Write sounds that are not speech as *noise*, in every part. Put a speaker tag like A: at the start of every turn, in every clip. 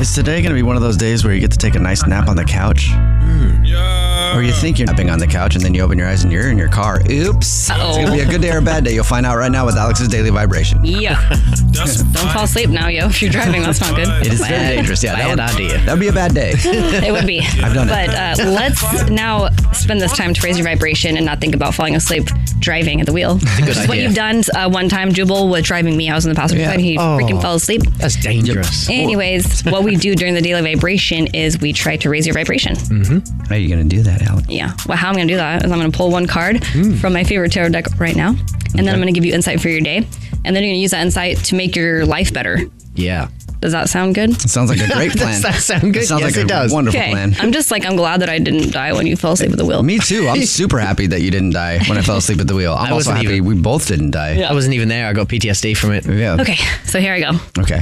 A: Is today going to be one of those days where you get to take a nice nap on the couch?
B: Hmm.
A: Or you think you're napping on the couch and then you open your eyes and you're in your car. Oops. It's going to be a good day or a bad day. You'll find out right now with Alex's Daily Vibration. *laughs*
C: Yeah. Don't fall asleep now, yo. If you're driving, that's not good.
A: It is very
C: Bad.
A: dangerous. Yeah, that
C: Bad
A: would,
C: idea.
A: That'd be a bad day.
C: *laughs* uh, It would be.
A: I've done it.
C: but uh, let's now spend this time to raise your vibration and not think about falling asleep driving at the wheel.
B: good
C: Which is what
B: idea.
C: you've done uh, one time, Jubal, with driving me. I was in the passenger
B: Yeah.
C: side. He
B: Oh.
C: freaking fell asleep. Eh.
B: That's dangerous.
C: Anyways, what we do during the daily vibration is we try to raise your vibration.
A: Mm-hmm. How are you going to do that, Alex?
C: Yeah. Well, how I'm going to do that is I'm going to pull one card
A: Hmm.
C: from my favorite tarot deck right now, and then I'm going to give you insight for your day, and then you're going to use that insight to make your life better.
A: Yeah.
C: Does that sound good?
A: It sounds like a great
C: *laughs*
A: plan.
C: Does that
A: sound
C: good?
A: sounds
C: Yes,
A: like
C: it
A: a
C: does.
A: wonderful
C: Okay.
A: plan.
C: I'm just like I'm glad that I didn't die when you fell asleep at the wheel.
A: Me too. I'm super happy that you didn't die when I fell asleep at the
C: *laughs*
A: wheel. I'm
B: I
A: also
B: wasn't
A: happy we both didn't die.
B: I wasn't even there. I got PTSD from it.
A: Yeah.
C: Okay, so here I go.
A: Okay.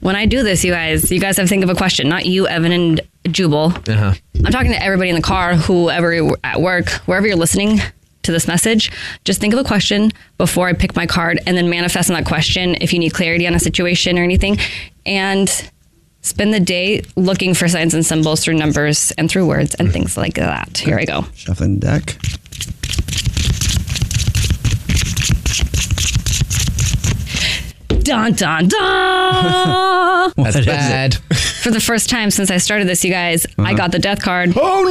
C: When I do this, you guys, you guys have to think of a question. Not you, Evan and Jubal.
B: Uh huh.
C: I'm talking to everybody in the car, whoever at work, wherever you're listening to this message. Just think of a question before I pick my card, and then manifest on that question if you need clarity on a situation or anything, and spend the day looking for signs and symbols through numbers and through words and things like that. Here I go.
A: Shuffling deck.
C: Dun dun dun.
B: That's bad.
C: *laughs* For the first time since I started this, you guys,
A: Uh-huh.
C: I got the death card.
B: Oh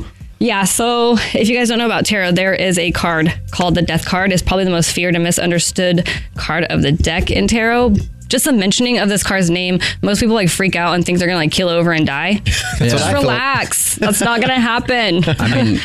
B: no!
C: Yeah, so if you guys don't know about tarot, there is a card called the death card. It's probably the most feared and misunderstood card of the deck in tarot. Just the mentioning of this card's name, most people like freak out and think they're gonna like keel over
A: *laughs*
C: and die.
A: what I
C: Just
A: thought.
C: relax. That's not gonna happen.
A: I
C: *laughs*
A: mean,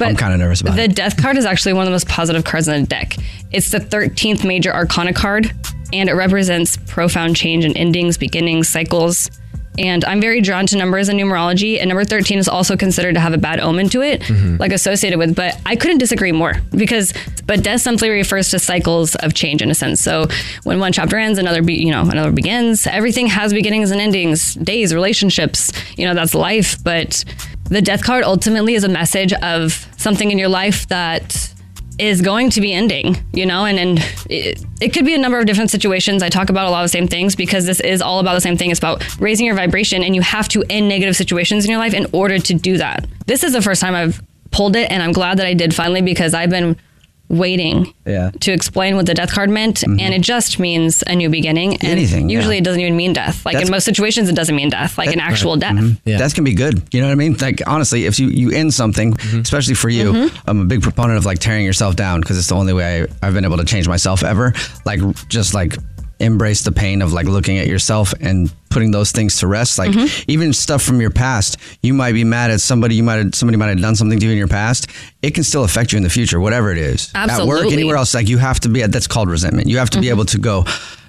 A: I'm kind of nervous about
C: The
A: it.
C: death card is actually one of the most positive cards in the deck. It's the 13th major arcana card, and it represents profound change in endings, beginnings, cycles. And I'm very drawn to numbers and numerology, and number 13 is also considered to have a bad omen to it,
D: Mm-hmm. Mm.
C: like *laughs* associated with, but I couldn't disagree more because, but death simply refers to cycles of change in a sense. So when one chapter ends, another, be, you know, another begins. Everything has beginnings and endings, days, relationships, you know, that's life, but the death card ultimately is a message of something in your life that is going to be ending, you know, and and it, it could be a number of different situations. I talk about a lot of the same things because this is all about the same thing. It's about raising your vibration, and you have to end negative situations in your life in order to do that. This is the first time I've pulled it, and I'm glad that I did finally because I've been waiting
A: Yeah.
C: to explain what the death card meant, and it just means a new beginning. And
A: Mm-hmm. Anything, yeah.
C: Usually, it doesn't even mean death. Like
A: That's- Mm-hmm.
C: in most situations, it doesn't mean death. Like an actual death.
B: Yeah.
A: That's gonna be good. You know what I mean? Like honestly, if you you end something, especially for you,
C: Mm-hmm.
A: I'm a big proponent of like tearing yourself down because it's the only way I, I've been able to change myself ever. Like just like embrace the pain of like looking at yourself and putting those things to rest. Like
E: Mhm.
C: Mm-hmm.
A: even stuff from your past, you might be mad at somebody. You might have, somebody might have done something to you in your past. It can still affect you in the future, whatever it is. At work,
E: Absolutely.
A: anywhere else, like you have to be. That's called resentment. You have to
C: Mm-hmm.
A: be able to go,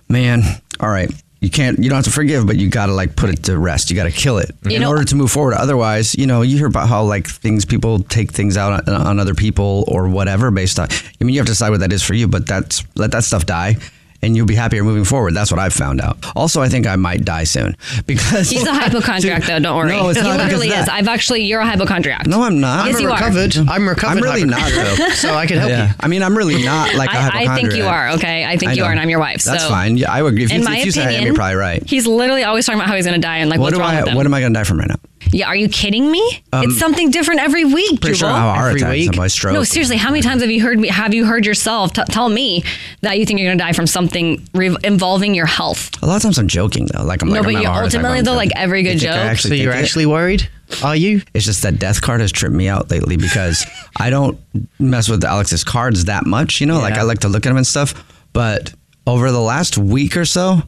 A: man. All right. You can't. You don't have to forgive, but you gotta like put it to rest. You gotta kill it
E: You
A: in
E: know-
A: order to move forward. Otherwise, you know, you hear about how like things people take things out on, on other people or whatever based on. I mean, you have to decide what that is for you, but that's let that stuff die. And you'll be happier moving forward. That's what I've found out. Also, I think I might die soon
C: *laughs*
A: because *laughs*
C: He's a hypochondriac, though. Don't worry.
A: No, it's
C: he
A: not because
C: literally
A: of
C: is.
A: that.
C: I've actually, you're a hypochondriac.
A: No, I'm not.
C: Yes,
A: I'm
C: you
D: recovered.
C: are.
D: I'm recovered.
A: I'm really not though,
D: hypochondriac. *laughs* So I can help you.
A: I mean, I'm really not Uh, like a
C: I,
A: hypochondriac.
C: I think you are. Okay, I think you
A: know.
C: are, and I'm your wife.
A: That's
C: so.
A: fine. Yeah, I would. If
C: in
A: you,
C: my
A: if you said it, you're
C: opinion,
A: probably right.
C: He's literally always talking about how he's going to die and like
A: what
C: what's
A: do
C: wrong
A: I?
C: with him.
A: What am I going to die from right now?
C: yeah, are you kidding me?
A: Um,
C: it's something different every week.
A: Pretty sure I
C: Jubal.
A: have a heart attack, somebody stroke.
C: No, seriously, how many times have you heard me? Have you heard yourself t- tell me that you think you're going to die from something re- involving your health?
A: A lot of times I'm joking though. Like I'm
C: No,
A: like,
C: but
A: I'm
C: you-
A: having a heart attack,
C: ultimately,
A: I'm
C: though, like,
A: joking.
C: every good
A: They think I
C: joke.
A: actually
C: So you're
A: think it.
C: actually
D: worried? Are you?
A: It's just that death card has tripped me out lately *laughs* because I don't mess with Alex's cards that much. You know, like I like to look at them and stuff. But over the last week or so,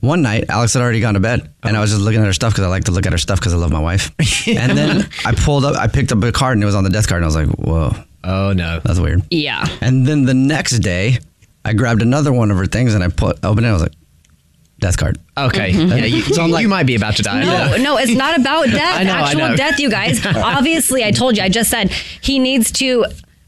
A: one night Alex had already gone to bed, and I was just looking at her stuff because I like to look at her stuff because I love my *laughs* wife. and then I pulled up, I picked up a card, and it was on the death card, and I was like, "Whoa,
D: oh no,
A: that's weird."
C: Yeah.
A: *laughs* And then the next day, I grabbed another one of her things and I put opened it. I was like, "Death card."
D: Okay.
A: Mhm.
D: Yeah, you,
A: So I'm like-
D: you might be about to die.
C: Mm-hmm. No, no, it's not
D: *laughs*
C: about death.
D: I know, I
C: actual
D: know.
C: death, you
D: *laughs*
C: guys. Obviously, I told you. I just said he needs to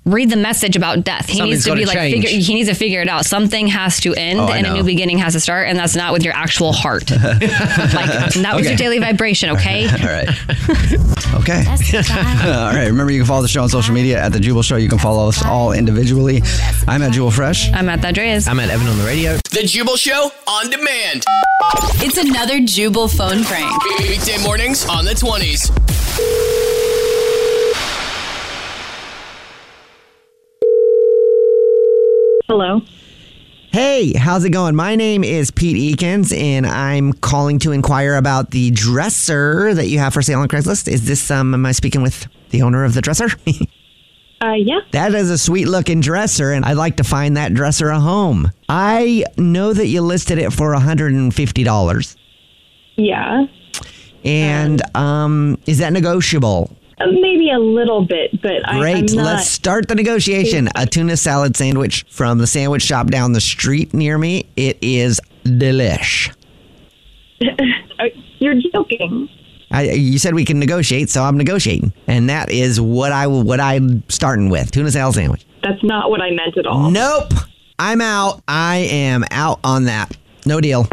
C: read the message about death. He
D: Something's
C: needs to
D: gotta
C: be like
D: change.
C: figure. He needs to figure it out. Something has to end,
D: Oh, I
C: and a
D: know.
C: new beginning has to start, and that's not with your actual
D: *laughs*
C: heart. like that was your
A: Okay.
C: daily vibration. Okay.
A: All right. Okay. *laughs* all right. Remember, you can follow the show on social media at The Jubal Show. You can follow us all individually. I'm at Jubal Fresh.
C: I'm at The Dreas.
D: I'm at Evan on the radio.
F: The Jubal Show on demand.
G: It's another Jubal phone prank.
F: Weekday mornings on the 20s.
H: Hello.
I: Hey, how's it going? My name is Pete Eakins, and I'm calling to inquire about the dresser that you have for sale on Craigslist. Is this, um, am I speaking with the owner of the dresser? *laughs*
H: Uh, yeah.
I: That is a sweet looking dresser, and I'd like to find that dresser a home. I know that you listed it for $150.
H: Yeah.
I: And um, is that negotiable?
H: Uh, Maybe a little bit, but I,
I: Great.
H: I'm not.
I: Let's start the negotiation. A tuna salad sandwich from the sandwich shop down the street near me. It is delish.
H: Uh, You're joking.
I: I, you said we can negotiate, so I'm negotiating, and that is what I what I'm starting with tuna salad sandwich.
H: That's not what I meant at all.
I: Nope, I'm out. I am out on that. No deal.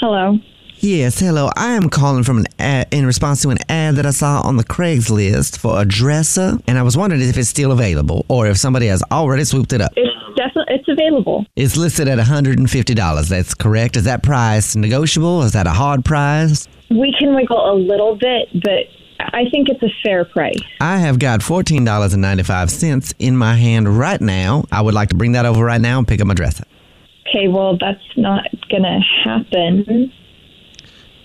H: Hello.
I: Yes, hello. I am calling from an ad, in response to an ad that I saw on the Craigslist for a dresser, and I was wondering if it's still available or if somebody has already swooped it up.
H: It's definitely it's available.
I: It's listed at $150. That's correct. Is that price negotiable? Is that a hard price?
H: We can wiggle a little bit, but I think it's a fair price.
I: I have got $14.95 in my hand right now. I would like to bring that over right now and pick up my dresser.
H: Okay. Well, that's not gonna happen.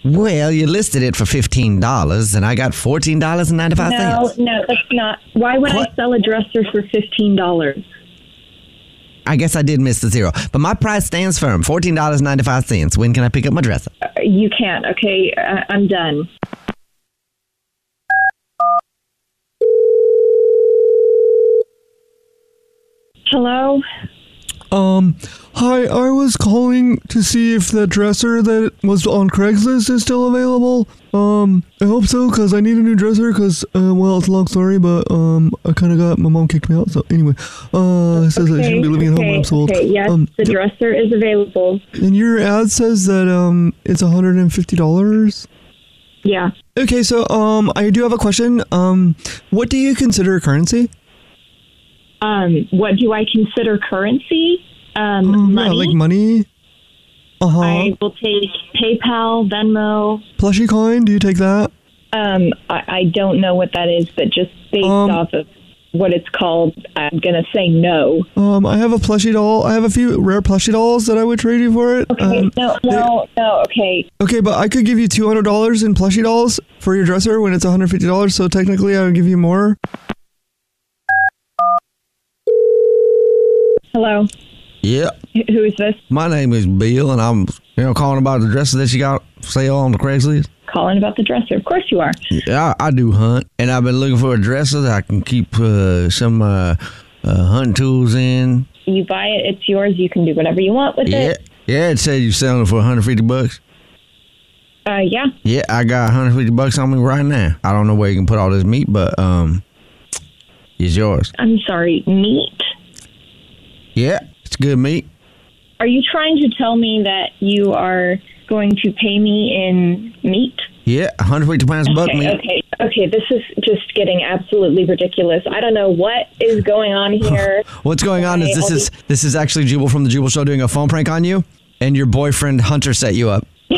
I: Well, you listed it for $15 and I got $14.95.
H: No, no, that's not. Why would I sell a dresser for fifteen dollars?
I: I guess I did miss the zero, but my price stands firm $14.95. When can I pick up my dresser?
H: You can't. Okay, I, I'm done. Hello.
J: Um, hi, I was calling to see if the dresser that was on Craigslist is still available. Um, I hope so, because I need a new dresser, because, uh, well, it's a long story, but, um, I kind of got, my mom kicked me out, so anyway. Uh, it says I shouldn't be living at home when I'm so old.
H: okay, yes,
J: Um,
H: the dresser is available.
J: and your ad says that, um, it's $150?
H: Yeah.
J: Okay, so, um, I do have a question. Um, what do you consider currency?
H: Um, what do I consider currency? Um,
J: Yeah,
H: money.
J: like money? Uh-huh.
H: I will take PayPal, Venmo.
J: Plushie coin, do you take that?
H: Um, I, I don't know what that is, but just based off of what it's called, I'm going to say no.
J: Um, I have a plushie doll. I have a few rare plushie dolls that I would trade you for it.
H: Okay,
J: Um,
H: no, no, no, okay.
J: okay, but I could give you two hundred dollars in plushie dolls for your dresser when it's one hundred fifty dollars. So technically, I would give you more.
H: Hello,
E: Yeah.
H: who is this?
E: My name is Bill, and I'm you know calling about the dresser that you got for sale on the Craigslist.
H: Calling about the dresser. Of course you are.
E: Yeah, I, I do hunt, and I've been looking for a dresser that I can keep uh, some uh, uh, hunting tools in.
H: You buy it, it's yours. You can do whatever you want with
E: Yeah,
H: it.
E: yeah. It said you selling it for 150 bucks.
H: Uh, yeah.
E: Yeah, I got 150 bucks on me right now. I don't know where you can put all this meat, but um, it's yours.
H: I'm sorry, meat?
E: Yeah, it's good meat.
H: Are you trying to tell me that you are going to pay me in meat?
E: Yeah, 150 pounds of buck
H: okay,
E: meat.
H: okay, okay. This is just getting absolutely ridiculous. I don't know what is going
J: *laughs*
H: on here.
A: What's going on is
H: Okay,
A: this
H: I'll
A: is
H: be-
A: this is actually Jubal from the Jubal Show doing a phone prank on you, and your boyfriend Hunter set you up.
H: *laughs*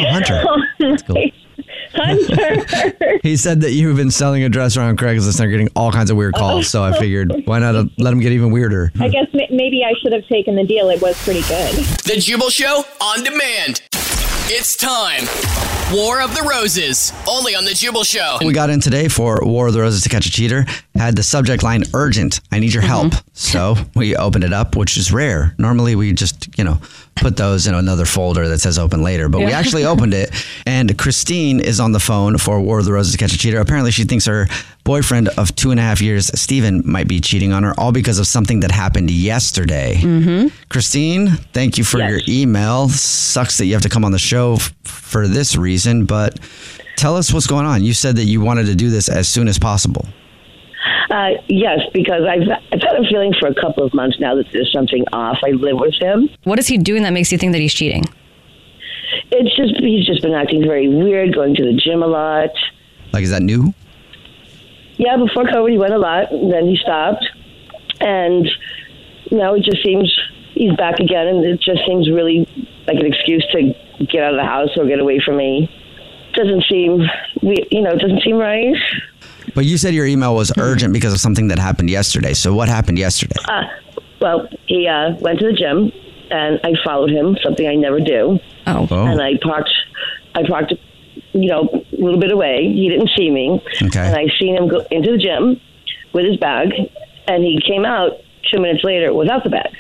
H: Hunter.
A: He said that you've been selling a dresser on Craigslist and are getting all kinds of weird calls. So I figured, why not uh, let him get even weirder?
C: Hmm.
H: I guess ma- maybe I should have taken the deal. It was pretty good.
F: The Jubal Show on demand. It's time. War of the Roses. Only on The Jubal Show.
A: We got in today for War of the Roses to Catch a Cheater. Had the subject line urgent. I need your help. So we opened it up, which is rare. Normally we just you know put those in another folder that says open later, but we
K: Yeah.
A: actually opened it. And Christine is on the phone for War of the Roses to Catch a Cheater. Apparently she thinks her boyfriend of two and a half years, Steven, might be cheating on her, all because of something that happened yesterday.
L: Mm-hmm.
A: Christine, thank you for your email. Sucks that you have to come on the show f- for this reason, but tell us what's going on. You said that you wanted to do this as soon as possible.
M: Uh, yes, because I've I've had a feeling for a couple of months now that there's something off. I live with him.
C: What is he doing that makes you think that he's cheating?
M: It's just he's just been acting very weird, going to the gym a lot.
A: Like, is that new?
M: Yeah, before COVID, he went a lot, and then he stopped, and now it just seems he's back again, and it just seems really like an excuse to get out of the house or get away from me. Doesn't seem we you know it doesn't seem right.
A: But you said your email was urgent because of something that happened yesterday. So, what happened yesterday?
M: Uh, well, he uh, went to the gym, and I followed him, something I never do.
A: Oh. Oh.
M: And I parked, I parked, you know, a little bit away. He didn't see me.
A: Okay.
M: And I seen him go into the gym with his bag, and he came out two minutes later without the bag.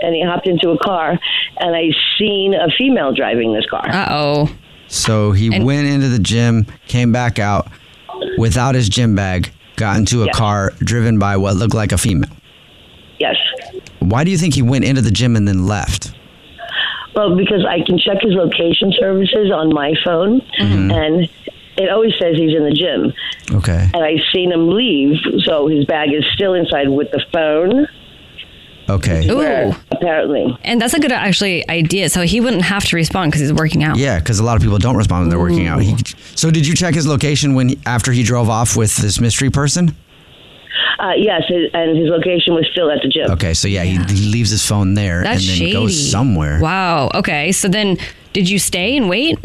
M: And he hopped into a car, and I seen a female driving this
A: Ah.
M: car.
C: Uh oh.
A: So, he went into the gym, came back out without his gym bag, got into a
M: Yeah.
A: car driven by what looked like a female.
M: Yes.
A: Why do you think he went into the gym and then left?
M: Well, because I can check his location services on my phone,
A: Mm-hmm.
M: and it always says he's in the gym.
A: Okay.
M: And I seen him leave, so his bag is still inside with the phone.
A: Okay.
M: Ooh. Apparently.
C: And that's a good actually idea. So he wouldn't have to respond because he's working out.
A: Yeah, because a lot of people don't respond when they're working out. He, so, did you check his location when he, after he drove off with this mystery person?
M: Uh, yes, his- and his location was still at the gym.
A: Okay, so yeah, He, he leaves his phone there
C: That's
A: and then
C: shady.
A: goes somewhere.
C: Wow. Okay. So then, did you stay and wait?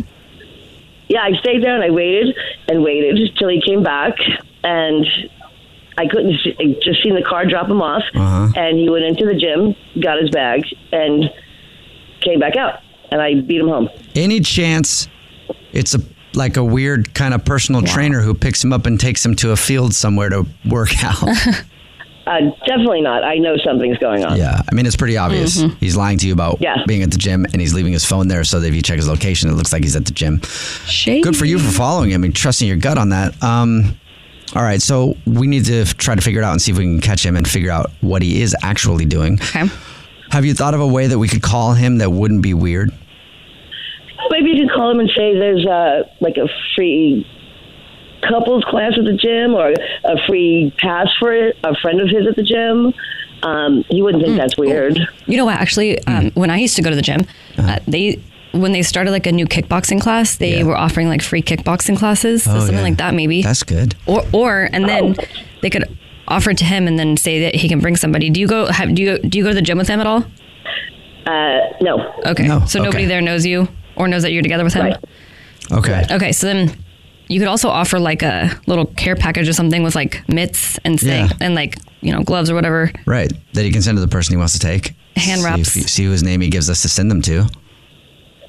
M: Yeah, I stayed there and I waited and waited till he came back, and I couldn't see, I just seen the car drop him off,
A: Uh-huh.
M: and he went into the gym, got his bag, and came back out, and I beat him home.
A: Any chance it's a like a weird kind of personal trainer who picks him up and takes him to a field somewhere to work *laughs* out?
M: Uh, definitely not. I know something's going on.
A: yeah, I mean it's pretty obvious.
C: Mm-hmm.
M: Mhm.
A: He's lying to you about
M: Yeah.
A: being at the gym, and he's leaving his phone there so that if you check his location, it looks like he's at the gym. Good for you for following him and trusting your gut on that. Um, all right, so we need to f- try to figure it out and see if we can catch him and figure out what he is actually doing. Okay. Have you thought of a way that we could call him that wouldn't be weird?
M: Maybe you could call him and say there's a like a free couples class at the gym or a free pass for a friend of his at the gym. Um, he wouldn't think that's weird.
C: Hmm. Oh, You know what? Actually, um,
A: Hmm.
C: when I used to go to the gym,
A: Uh-huh.
C: uh, they when they started like a new kickboxing class, they were offering like free kickboxing classes, so
A: Oh,
C: something
A: yeah.
C: like that maybe.
A: That's good.
C: Or or and then
M: Oh.
C: they could offer it to him and then say that he can bring somebody. Do you go? Have, do you do you go to the gym with him at all?
M: Uh, no.
C: Okay.
A: No.
C: So nobody
A: Okay.
C: there knows you or knows that you're together with him.
A: Okay.
C: Okay. So then You could also offer like a little care package or something with like mitts and thing, and like you know gloves or whatever.
A: Right. That he can send to the person he wants to take.
C: Hand
A: See
C: wraps.
A: if he- See, whose name he gives us to send them to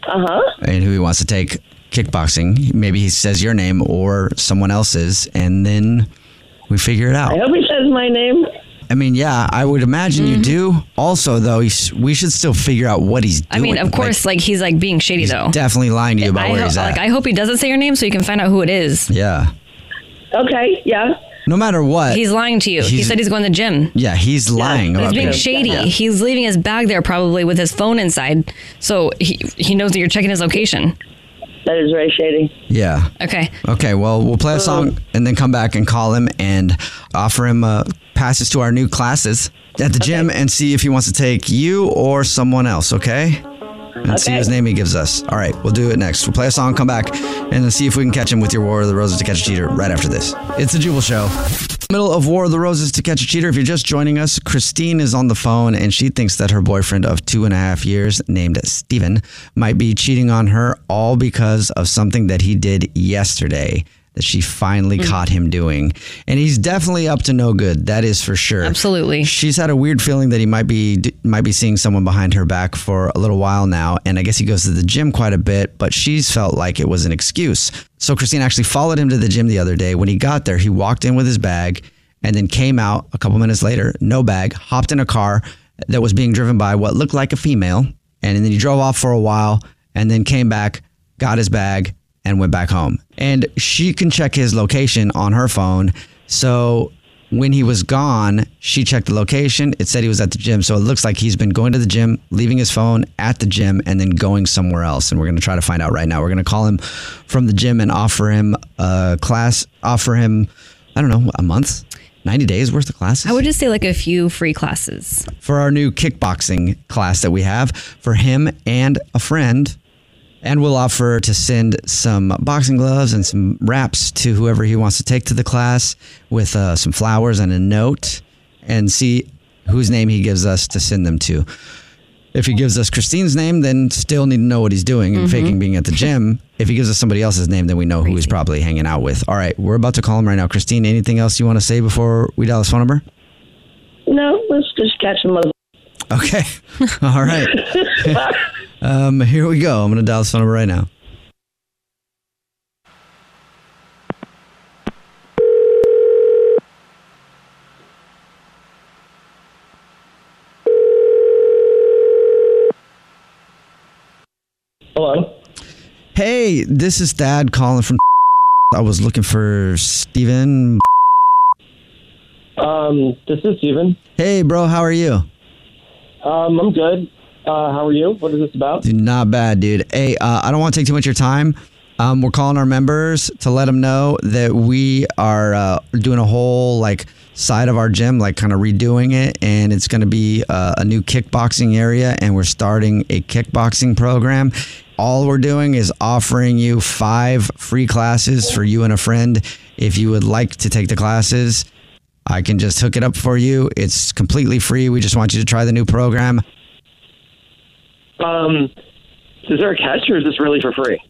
M: Uh huh.
A: and who he wants to take kickboxing. Maybe he says your name or someone else's, and then we figure it out.
M: I hope he says my name. Mm-hmm.
A: I mean, yeah, I would imagine you do. Also, though, you s- we should still figure out what he's doing.
C: I mean, of course, like, he's like being shady
A: he's
C: though.
A: definitely lying to you about
C: I
A: where
C: ho-
A: he's at.
C: like I hope he doesn't say your name so you can find out who it is.
A: yeah.
M: Okay. Yeah.
A: No matter what,
C: He's lying to you. he
A: He's-
C: said he's going to the gym.
A: Yeah, he's lying
C: He's
A: about
C: being shady. He's leaving his bag there probably with his phone inside, so he he knows that you're checking his location.
M: That is very shady.
A: Yeah.
C: Okay.
A: Okay, well, we'll play a song and then come back and call him and offer him uh, passes to our new classes at the gym and see if he wants to take you or someone else, okay? And see whose name he gives us. All right, we'll do it next. We'll play a song, come back, and then see if we can catch him with your War of the Roses to Catch a Cheater right after this. It's a Jubal Show. Middle of War of the Roses to Catch a Cheater. If you're just joining us, Christine is on the phone and she thinks that her boyfriend of two and a half years, named Steven, might be cheating on her all because of something that he did yesterday that she finally caught him doing. And he's definitely up to no good. That is for sure.
C: Absolutely.
A: She's had a weird feeling that he might be d- might be seeing someone behind her back for a little while now, and I guess he goes to the gym quite a bit, but she's felt like it was an excuse. So Christine actually followed him to the gym the other day. When he got there, he walked in with his bag and then came out a couple minutes later, no bag, hopped in a car that was being driven by what looked like a female, and then he drove off for a while and then came back, got his bag, and went back home. And she can check his location on her phone. So when he was gone, she checked the location. It said he was at the gym. So it looks like he's been going to the gym, leaving his phone at the gym, and then going somewhere else. And we're going to try to find out right now. We're going to call him from the gym and offer him a class, offer him, I don't know, a month, 90 days worth of classes
C: I would just say like a few free classes.
A: for our new kickboxing class that we have for him and a friend. And we'll offer to send some boxing gloves and some wraps to whoever he wants to take to the class with uh, some flowers and a note and see whose name he gives us to send them to. If he gives us Christine's name, then still need to know what he's doing and
K: Mhm.
A: faking being at the gym. If he gives us somebody else's name, then we know who he's probably hanging out with. All right, we're about to call him right now. Christine, anything else you want to say before we dial his phone number?
M: No, let's just catch him. mother-
A: Okay. *laughs* All right. um, here we go. I'm going to dial this phone number right now.
M: Hello.
A: Hey, this is Thad calling from. *laughs* I was looking for Steven.
K: Um, this is Steven.
A: Hey, bro, how are you?
K: Um, I'm good. Uh, how are you? What is this about?
A: Dude, not bad, dude. Hey, uh, I don't want to take too much of your time. Um, we're calling our members to let them know that we are uh, doing a whole like side of our gym, like kind of redoing it, and it's going to be uh, a new kickboxing area, and we're starting a kickboxing program. All we're doing is offering you five free classes for you and a friend. If you would like to take the classes, I can just hook it up for you. It's completely free. We just want you to try the new program.
K: Um, is there a catch or is this really for free?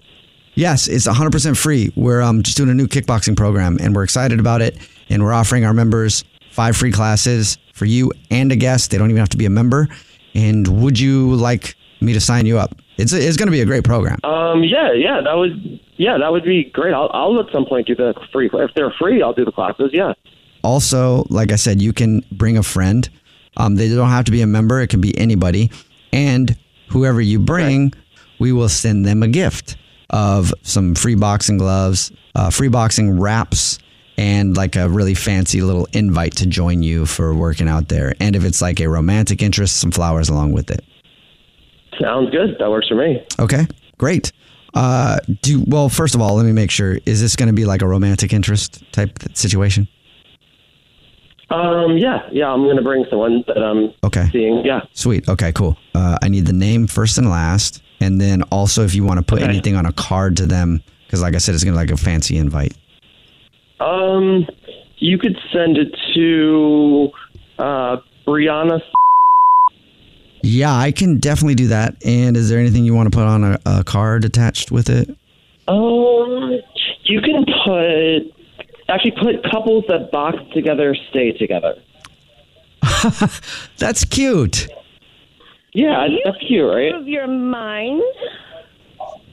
A: Yes, it's 100% free. We're um, just doing a new kickboxing program and we're excited about it. And we're offering our members five free classes for you and a guest. They don't even have to be a member. And would you like me to sign you up? It's, it's going to be a great program.
K: Um, yeah, yeah, that would, yeah, that would be great. I'll, I'll at some point do the free. If they're free, I'll do the classes. Yeah.
A: Also, like I said, you can bring a friend. Um, they don't have to be a member, it can be anybody. And whoever you bring, we will send them a gift of some free boxing gloves, uh, free boxing wraps, and like a really fancy little invite to join you for working out there. And if it's like a romantic interest, some flowers along with it.
K: Sounds good. That works for me.
A: Okay, great. Uh, do well. First of all, let me make sure: is this going to be like a romantic interest type situation?
K: Um, yeah, yeah, I'm gonna bring someone that I'm
A: Okay.
K: seeing. Yeah.
A: Sweet. Okay, cool. Uh, I need the name first and last. And then also if you want to put
K: Okay.
A: anything on a card to them, because like I said, it's going to like a fancy invite.
K: Um, you could send it to uh, Brianna.
A: Yeah, I can definitely do that. And is there anything you want to put on a, a card attached with it?
K: Um, You can put actually put couples that box together stay together.
A: *laughs* That's cute.
K: Yeah, that's cute, right?
H: Out of your mind.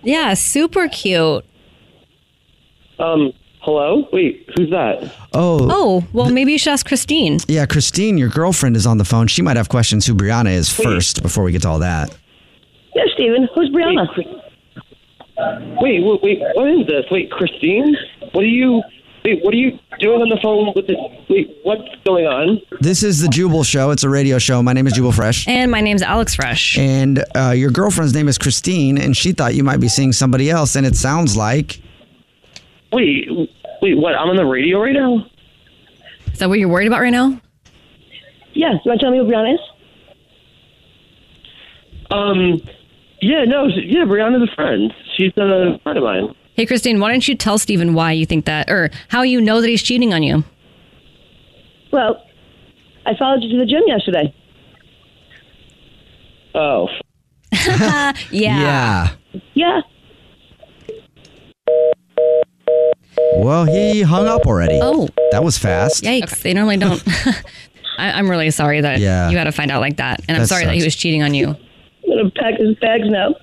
C: Yeah, super cute.
K: Um, hello? Wait, who's that?
A: Oh.
C: Oh, well, maybe you should ask Christine.
A: Yeah, Christine, your girlfriend is on the phone. She might have questions who Brianna is first before we get to all that.
H: Yeah, Steven. Who's Brianna?
K: Wait, wait, wait, what is this? Wait, Christine? What are you wait, what are you doing on the phone with this wait, what's going on?
A: This is the Jubal Show. It's a radio show. My name is Jubal Fresh.
C: And my name's Alex Fresh.
A: And uh, your girlfriend's name is Christine, and she thought you might be seeing somebody else, and it sounds like.
K: Wait, wait, what? I'm on the radio right now?
C: Is that what you're worried about right now?
H: Yeah, you want to tell me who Brianna is?
K: Um yeah, no, she- yeah, Brianna's a friend. She's a friend of mine.
C: Hey, Christine, why don't you tell Steven why you think that, or how you know that he's cheating on you?
H: Well, I followed you to the gym yesterday.
K: Oh.
C: yeah.
A: Yeah.
H: Yeah.
A: Well, he hung up already.
C: Oh.
A: That was fast.
C: Yikes. They normally *laughs* don't. I, I'm really sorry that
A: Yeah.
C: you had to find out like that. And I'm
A: That
C: sorry that he
A: sucks.
C: was cheating on you.
H: I'm going to pack his bags now.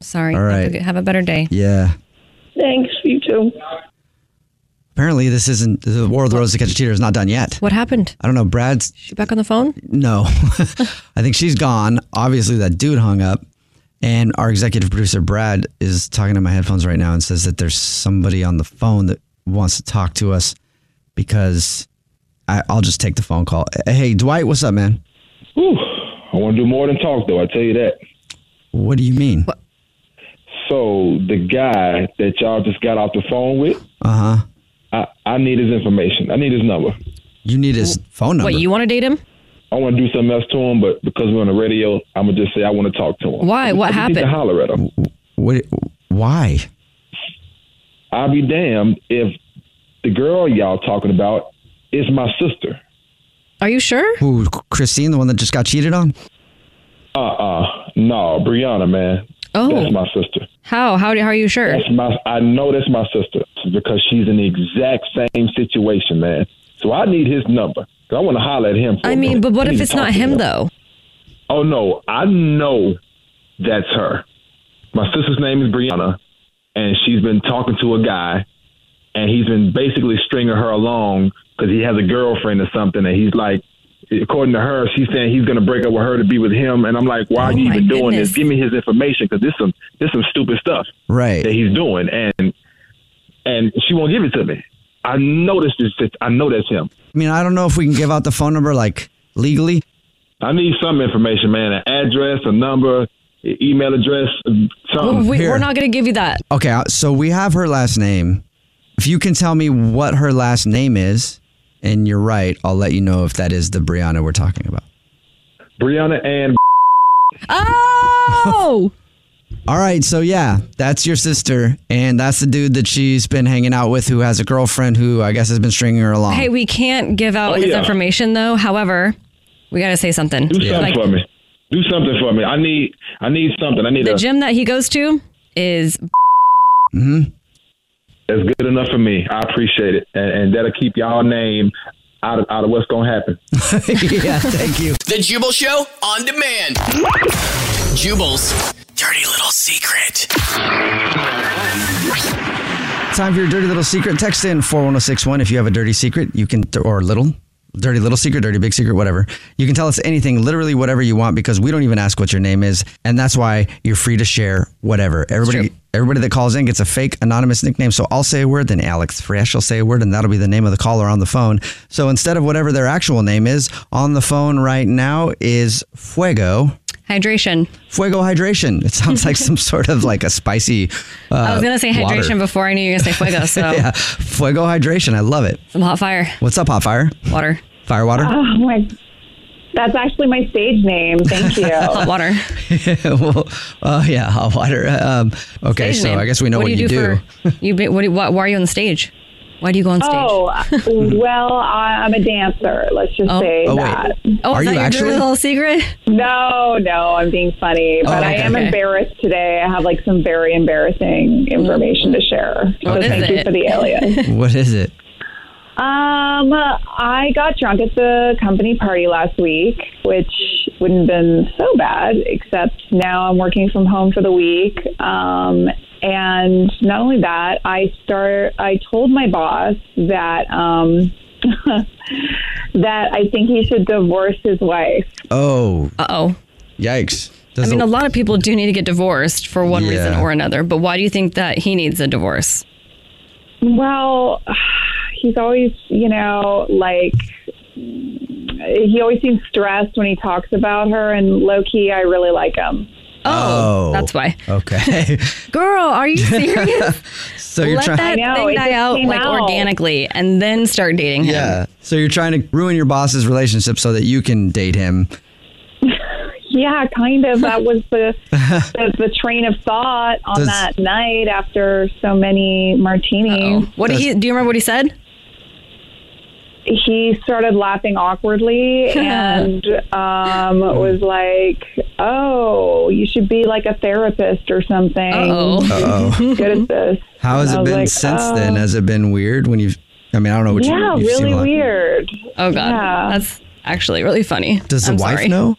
C: Sorry.
A: All right.
C: Have a, have a better day.
A: Yeah.
H: Thanks, you too.
A: Apparently, this isn't. The War of the Roses to Catch a Cheater is not done yet.
C: What happened?
A: I don't know. Brad's.
C: She back on the phone?
A: *laughs* No. I think she's gone. Obviously, that dude hung up. And our executive producer, Brad, is talking to my headphones right now and says that there's somebody on the phone that wants to talk to us because I, I'll just take the phone call. Hey, Dwight, what's up, man?
L: I want to do more than talk, though. I tell you that.
A: What do you mean?
L: So the guy that y'all just got off the phone with,
A: Uh huh.
L: I, I need his information. I need his number.
A: You need his phone
C: What, you want to date him?
L: I want to do something else to him, but because we're on the radio, I'm gonna just say I want to talk to him.
C: Why?
L: I just-
C: What
L: I just Need to
C: happened?
L: holler at him.
A: What? Why?
L: I'll be damned if the girl y'all talking about is my sister.
C: Are you sure?
A: Who, Christine, the one that just got cheated on?
L: Uh uh no, Brianna, man.
C: Oh.
L: that's my sister.
C: How? How, do, how are you sure?
L: That's my. I know that's my sister because she's in the exact same situation, man. So I need his number. 'Cause I want to holler at him. for
C: I
L: a
C: mean,
L: minute.
C: but what
L: I
C: if
L: need to
C: it's
L: talk
C: not
L: to
C: him, though?
L: Oh no, I know that's her. My sister's name is Brianna, and she's been talking to a guy, and he's been basically stringing her along because he has a girlfriend or something, and he's like. According to her, she's saying he's going to break up with her to be with him, and I'm like, "Why are you
C: Oh my
L: even doing
C: goodness.
L: this? Give me his information because this some this some stupid stuff."
A: Right.
L: that he's doing, and and she won't give it to me. I know this is I know that's him.
A: I mean, I don't know if we can give out the phone number like legally.
L: I need some information, man. An address, a number, e- email address,
A: Oh,
L: something.
C: we, we're not going to give you that.
A: Okay, uh, so we have her last name. If you can tell me what her last name is, and you're right, I'll let you know if that is the Brianna we're talking about.
L: Brianna and
C: Oh!
A: *laughs* All right, so yeah, that's your sister, and that's the dude that she's been hanging out with who has a girlfriend who I guess has been stringing her along.
C: Hey, we can't give out
L: Oh,
C: his
L: yeah.
C: information though. However, we got to say something.
L: do something
C: Like,
L: for me. Do something for me. I need I need something. I need
C: the
L: a
C: gym that he goes to is
A: Mhm.
L: that's good enough for me. I appreciate it, and, and that'll keep y'all name out of out of what's gonna happen.
A: yeah, thank you.
F: The Jubal Show on demand. Jubal's dirty little secret.
A: Time for your dirty little secret. Text in 41061 if you have a dirty secret. You can, or little, dirty little secret, dirty big secret, whatever. You can tell us anything, literally whatever you want, because we don't even ask what your name is. And that's why you're free to share whatever. Everybody, everybody that calls in gets a fake anonymous nickname. So I'll say a word, then Alex Fresh will say a word, and that'll be the name of the caller on the phone. So instead of whatever their actual name is, on the phone right now is Fuego.
C: hydration.
A: Fuego hydration. It sounds
C: *laughs*
A: like some sort of like a spicy. Uh,
C: I was gonna say
A: water.
C: hydration before I knew you were gonna say fuego.
A: *laughs*
C: So
A: yeah, fuego hydration. I love it.
C: some hot fire
A: What's up, hot fire?
C: *laughs* water.
A: Fire water.
N: Oh my! That's actually my stage name.
C: *laughs*
N: Thank you.
C: Hot water.
A: *laughs* well, oh yeah, hot water. Um, okay,
C: Stage
A: so
C: name.
A: I guess we know what,
C: do
A: you do. *laughs*
C: For, you be, what, do- why, why are you on the stage? Why do you go on stage? *laughs*
N: Oh, well, I- I'm a dancer. Let's just
C: Oh.
N: say
C: Oh, wait.
N: that.
C: Oh, I Are thought you you were actually? doing a little secret? Oh,
N: No, no, I'm being funny, but I
C: okay,
N: am
C: okay.
N: embarrassed today. I have like some very embarrassing
C: Mm.
N: information to share. So
D: What is
N: thank you
D: it?
N: for the
C: *laughs*
N: alias.
D: What is it?
N: Um, I got drunk at the company party last week, which wouldn't have been so bad, except now I'm working from home for the week. Um, and not only that, I start. I told my boss that um, *laughs* that I think he should divorce his wife.
A: Oh.
C: Uh oh.
A: Yikes.
C: I
A: Does
C: mean,
A: the-
C: a lot of people do need to get divorced for one reason
A: Yeah.
C: or another, but why do you think that he needs a divorce?
N: Well, he's always, you know, like he always seems stressed when he talks about her, and low key, I really like him.
D: Oh,
C: that's why. *laughs*
D: Okay.
C: Girl, are you *laughs*
A: *laughs*
C: serious?
D: So you're
C: Let
D: trying-
C: that
D: I know,
C: thing
D: it
C: die
D: just
C: out
D: came
C: like
D: out.
C: organically, and then start dating him.
A: Yeah. So you're trying to ruin your boss's relationship so that you can date him.
N: Yeah, kind of. That was
A: *laughs*
N: the the, the train of thought on
A: Does-
N: that night after so many martinis.
C: What did he? Do you remember what he said?
N: He started
C: *laughs*
N: laughing awkwardly and um, was like, "Oh, you should be like a therapist or something."
A: Uh-oh.
N: *laughs* Good at this.
A: How has
N: And I
A: it
N: was
A: been
N: like,
A: since then?
N: "Oh."
A: Has it been weird when you've? I mean, I don't know what you-
N: yeah,
A: you've seen
N: really
A: a lot.
N: weird.
C: Oh God,
N: Yeah.
C: that's actually really funny.
A: Does the
C: I'm
A: wife
C: sorry.
A: know?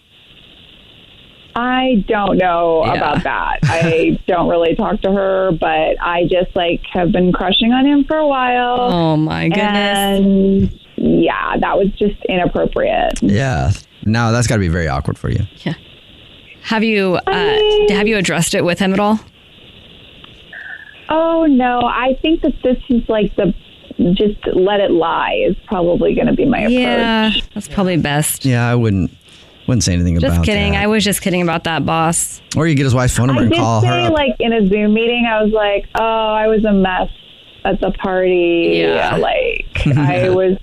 N: I don't know about that. I *laughs* don't really talk to her, but I just like have been crushing on him for a while.
C: Oh my goodness.
N: And yeah, that was just inappropriate.
A: Yeah. No, that's got to be very awkward for you.
C: Have you uh, have you addressed it with him at all?
N: Oh no, I think that this is like the just let it lie is probably going to be my approach.
C: Yeah, that's probably best.
A: Yeah, I wouldn't wouldn't say anything
C: Just
A: about
C: kidding. I was just kidding about that, boss.
A: that. Or you get his wife's phone number
N: I
A: and
N: did
A: call her
N: say,
A: up.
N: like in a Zoom meeting, I was like, "Oh, I was a mess at the party.
C: Yeah.
N: Like I was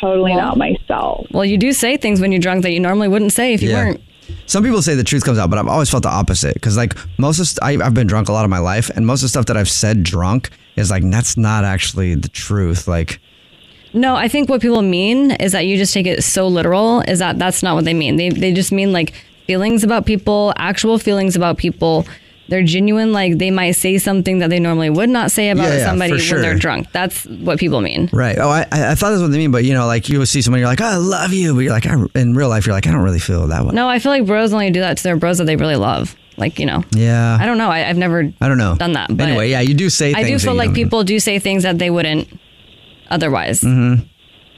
N: totally not myself."
C: Mm-hmm. Well, you do say things when you're drunk that you normally wouldn't say if you
A: Yeah.
C: weren't.
A: Some people say the truth comes out, but I've always felt the opposite because, like, most of st- I, I've been drunk a lot of my life, and most of the stuff that I've said drunk is like that's not actually the truth. Like,
C: No, I think what people mean is that you just take it so literal. Is that that's not what they mean? They they just mean like feelings about people, actual feelings about people. They're genuine. Like they might say something that they normally would not say about
A: Yeah, yeah,
C: somebody
A: for
C: when they're
A: sure.
C: drunk. That's what people mean.
A: right? Oh, I, I I thought that's what they mean, but you know, like you would see someone, you're like, I love you, but you're like, I, in real life, you're like, I don't really feel that way.
C: No, I feel like bros only do that to their bros that they really love. Like you know.
A: Yeah,
C: I don't know. I, I've never
A: I don't know.
C: done that. But
A: anyway, yeah, you do say.
C: I do
A: things that
C: feel
A: you
C: like
A: don't-
C: people do say things that they wouldn't otherwise.
A: Mhm.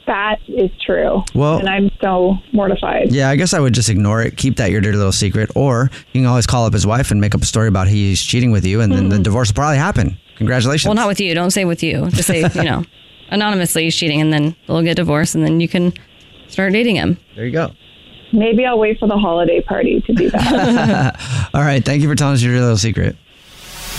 N: That is true.
A: Well-
N: and I'm so mortified.
A: Yeah, I guess I would just ignore it, keep that your dirty little secret, or you can always call up his wife and make up a story about he's cheating with you, and then
F: Hmm.
A: the divorce will probably happen. Congratulations.
C: Well, not with you. Don't say with you. Just say you
N: *laughs*
C: know anonymously he's cheating, and then they'll get divorced, and then you can start dating him.
A: there you go.
N: Maybe I'll wait for the holiday party to
C: *laughs*
N: do
A: *laughs*
N: that.
A: All right. Thank you for telling us your dirty little secret.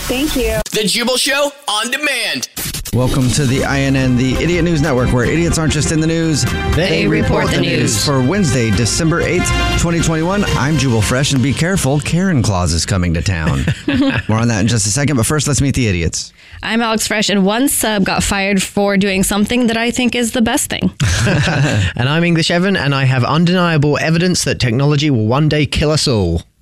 N: Thank you.
F: The Jubal Show on demand.
A: Welcome to the INN, the Idiot News Network, where idiots aren't just in the news,
F: They report the news.
A: For Wednesday, December 8th, 2021, I'm Jubal Fresh, and be careful, Karen Claus is coming to
F: *laughs*
A: town. More on that in just a second, but first, let's meet the idiots.
C: I'm Alex Fresh, and one sub got fired for doing something that I think is the
O: *laughs*
C: best thing.
D: *laughs* and I'm English Evan, and I have undeniable evidence that technology will one day kill us all. *laughs*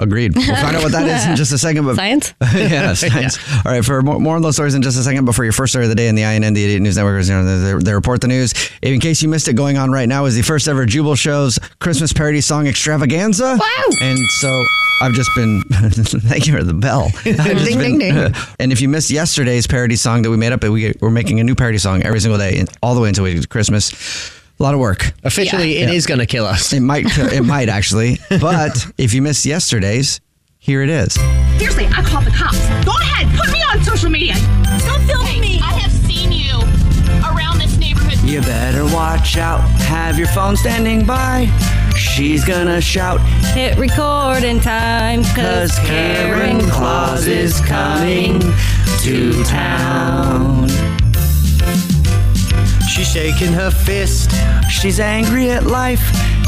A: Agreed. We'll find out what that is in just a second. But
C: science?
A: *laughs* yeah,
D: *laughs*
A: science. All right, for more, more on those stories in just a second, but for your first story of the day in the INN, the Idiot News Network, is, you know, they, they- they report the news. In case you missed it, going on right now is the first ever Jubal Show's Christmas parody song extravaganza. Wow! And so I've just been, *laughs* thank you for the bell. I've just
D: *laughs* Ding,
A: *laughs*
D: ding, ding.
A: and if you missed yesterday's parody song that we made up, we, we're making a new parody song every single day, and all the way until we get Christmas. A lot of work.
D: Officially, it
A: it is
D: is gonna kill us.
A: It might. kill- It might actually. But if you missed yesterday's, here it is.
P: Seriously, I called the cops. Go ahead, put me on social media. Stop filming me. I have seen you around this neighborhood.
O: You better watch out. Have your phone standing by. She's gonna shout.
C: Hit record in time, cause
O: Karen Claus is coming to town.
D: She's shaking her fist.
O: She's angry at life.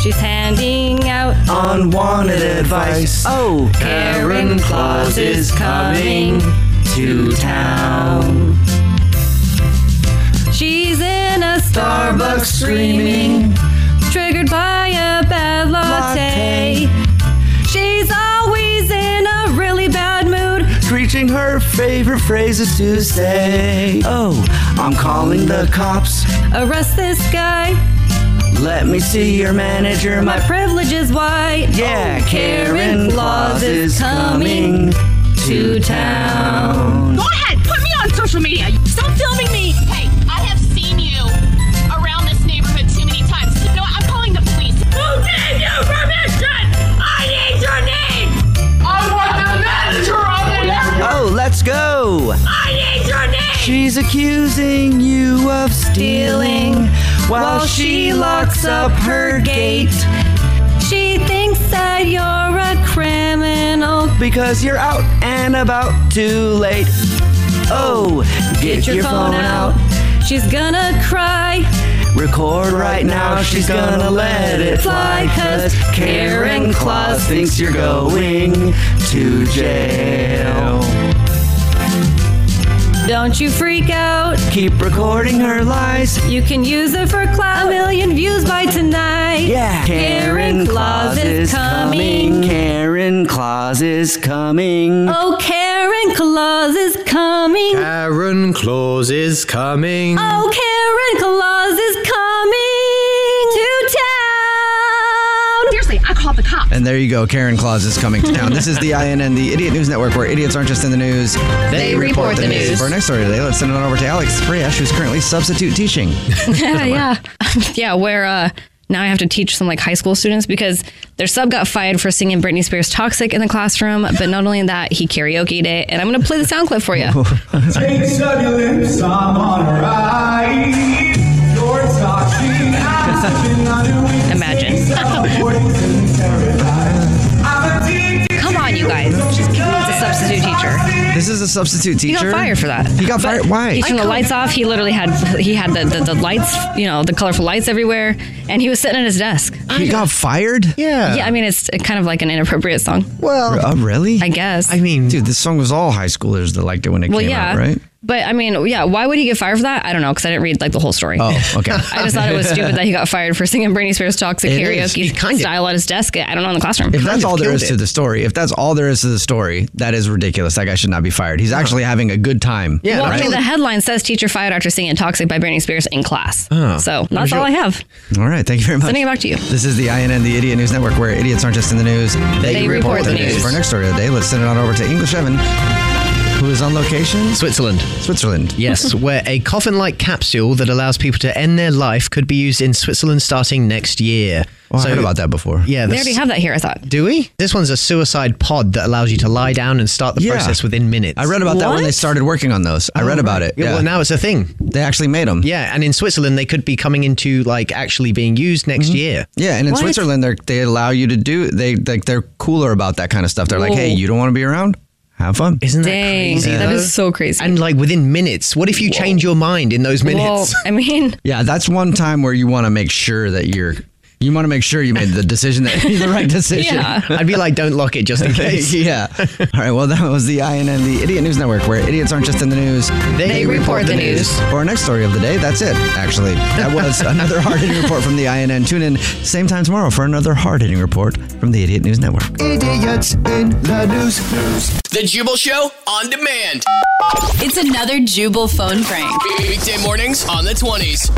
C: She's handing out
O: unwanted advice. Oh, Karen Claus is coming to town. Starbucks screaming.
Q: Triggered by a bad latte. She's always in a really bad mood.
O: Screeching her favorite phrases to say. Oh, I'm calling the cops.
Q: Arrest this guy.
O: Let me see your manager.
Q: My
O: My
Q: privilege is Oh, white.
O: yeah, Karen Claus is coming to town.
P: Go ahead, put me on social media. Stop filming me. Hey, I have seen you around this neighborhood too many times. You know what? I'm calling the police. Who gave you permission? I need your name. I want the manager on
O: Oh, let's go.
P: I need your name.
O: She's accusing you of stealing while she locks up her gate
Q: She thinks that you're a criminal.
O: because you're out and about too late. Oh, get your phone out.
Q: She's gonna cry.
O: Record right now, she's gonna let it fly. Cause Karen Claus thinks you're going to jail.
Q: Don't you freak out.
O: Keep recording her lies.
Q: You can use it for clout. A million views by tonight.
O: Yeah.
Q: Karen Claus is coming.
O: Karen Claus is coming.
Q: Oh, Karen Claus is coming.
D: Karen Claus is coming.
Q: Oh, Karen Claus is coming to town.
P: Seriously, I called the cops.
A: And there you go. Karen Claus is coming to town. this is the INN, the Idiot News Network, where idiots aren't just in the news,
C: They report the news.
A: For our next story today, let's send it on over to Alex Friash, who's currently substitute teaching.
C: *laughs* yeah, yeah, yeah. Where uh, now I have to teach some like high school students because their sub got fired for singing Britney Spears "Toxic" in the classroom. But not only that, he karaoke'd it, and I'm gonna play the sound clip
A: *laughs*
C: for you.
R: Takes up your lips, I'm on a ride. You're talking, I'm
C: Imagine. *laughs*
R: Come
C: on, you guys. It's a substitute *laughs* teacher.
A: This is a substitute
C: He
A: teacher.
C: got fired for that.
A: He got fired. Why?
C: He turned the lights off. He literally had he had the, the, the lights, you know, the colorful lights everywhere, and he was sitting at his desk.
A: He got fired? Yeah.
C: Yeah, I mean, it's kind of like an inappropriate song.
A: Well,
D: Oh,
A: uh, really? I
C: Oh, guess.
A: I mean, dude, this song was all high schoolers that liked it when it
C: well,
A: came
C: yeah,
A: out, right?
C: But I mean, yeah, why would he get fired for that? I don't know because I didn't read like the whole story. *laughs*
A: Oh, okay.
C: I
A: *laughs*
C: just thought it was stupid that he got fired for singing Britney Spears' "Toxic"
A: It is.
C: karaoke style at his desk. I don't know in the classroom.
A: If that's all there is to the story, if that's all there is to the story, that is ridiculous. That guy should not be fired. He's actually having a good time.
C: Yeah, well, I
A: right?
C: mean, the headline says teacher fired after singing "Toxic" by Britney Spears in class.
A: Oh.
C: so
A: I'm
C: that's
A: sure-
C: all I have.
A: All right, thank you very much.
C: Sending it back to you.
A: This is the INN, the Idiot News Network, where idiots aren't just in the news,
C: They report the news.
A: For our next story of the day, let's send it on over to English Evan, who is on location.
D: Switzerland.
A: Switzerland. *laughs*
D: Yes, where a coffin like capsule that allows people to end their life could be used in Switzerland starting next year.
A: I heard about that before.
D: Yeah,
C: they
D: this-
C: already have that here. I thought.
D: Do we? This one's a suicide pod that allows you to lie down and start the
A: Yeah.
D: process within minutes.
A: I read about that when
D: What?
A: they started working on those. I read about it.
D: Yeah,
A: Yeah.
D: Well, now it's a thing.
A: They actually made them.
D: Yeah, and in Switzerland, they could be coming into like actually being used next year.
A: Mm-hmm. Yeah, and in Switzerland, they they allow you to do they like they're cooler about that kind of stuff. They're like,
D: Whoa.
A: hey, you don't want to be around? Have fun.
D: Isn't that
C: Dang,
D: crazy?
C: that is
D: though?
C: so crazy.
D: And like within minutes, what if you change your mind in those minutes?
C: Well, I mean, *laughs*
A: Yeah, that's one time where you want to make sure that you're you want to make sure you made the decision that *laughs* the right decision.
D: Yeah. *laughs* I'd be like, don't lock it just
A: *laughs*
D: in case.
A: yeah. All right. Well, that was the INN, the Idiot News Network, where idiots aren't just in the news; they,
D: report the news.
A: For our next story of the day, that's it. Actually, that
D: *laughs*
A: was another hard hitting report from the INN. Tune in same time tomorrow for another hard hitting report from the Idiot News Network.
O: Idiots in the news. news.
F: The Jubal Show on demand.
G: It's another Jubal phone prank.
F: Weekday mornings on the 20s.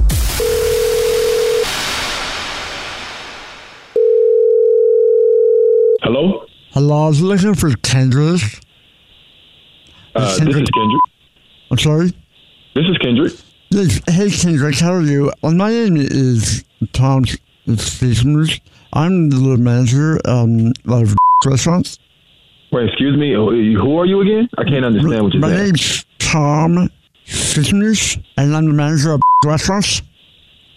L: Hello?
S: Hello, I was looking for Kendrick.
L: Uh, this is Kendrick.
S: I'm sorry?
L: This is Kendrick.
S: Yes, hey Kendrick, how are you? Well, my name is Tom Stevens. I'm the manager um, of restaurants.
L: Wait, excuse me. Who who are you again? I can't understand what you're
S: My
L: saying.
S: name's Tom Stevens, and I'm the manager of restaurants.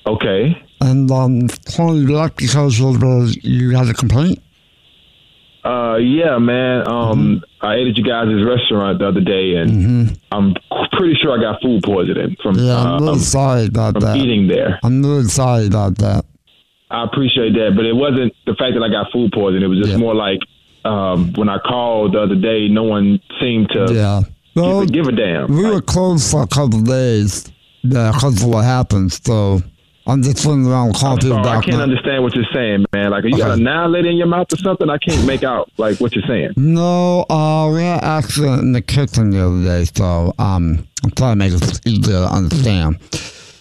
L: Okay.
S: And um, calling you up because of, uh, you had a complaint.
L: Uh, yeah, man. Um,
S: Mm-hmm.
L: I ate at you guys' restaurant the other day, and I'm pretty sure I got food poisoning from
S: Yeah, I'm
L: uh,
S: really sorry about
L: from
S: that.
L: eating there.
S: I'm really sorry about that.
L: I appreciate that, but it wasn't the fact that I got food poisoning. It was just more like um, when I called the other day, no one seemed to
S: Yeah. Well,
L: give, a, give a damn.
S: We were closed for a couple of days. because of what happened. So I'm just sitting around calling
L: I'm
S: people
L: sorry, I
S: back.
L: can't understand what you're saying, man. Like, you got a
S: Okay.
L: annihilator in your mouth or something? I can't make out like what you're saying.
S: No, uh, we had an accident in the kitchen the other day, so um, I'm trying to make it easier to understand.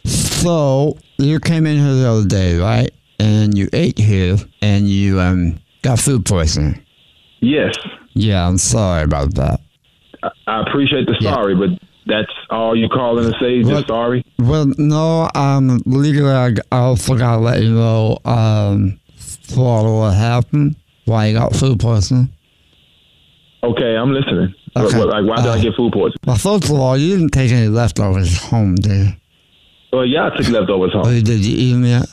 S: So you came in here the other day, right? And you ate here, and you um got food poisoning.
L: Yes,
S: Yeah, I'm sorry about that.
L: I, I appreciate the sorry, but that's all you calling to say. Just sorry.
S: Well, no, um, legally, I, I also gotta let you know um sort of what happened, why you got food poisoning.
L: Okay, I'm listening. What-
S: Okay. Uh,
L: what- like, why did I get food poisoning?
S: Well, first of all, you didn't take any leftovers home, did you?
L: Well, yeah, I took leftovers home.
S: Oh, you did you eat them yet?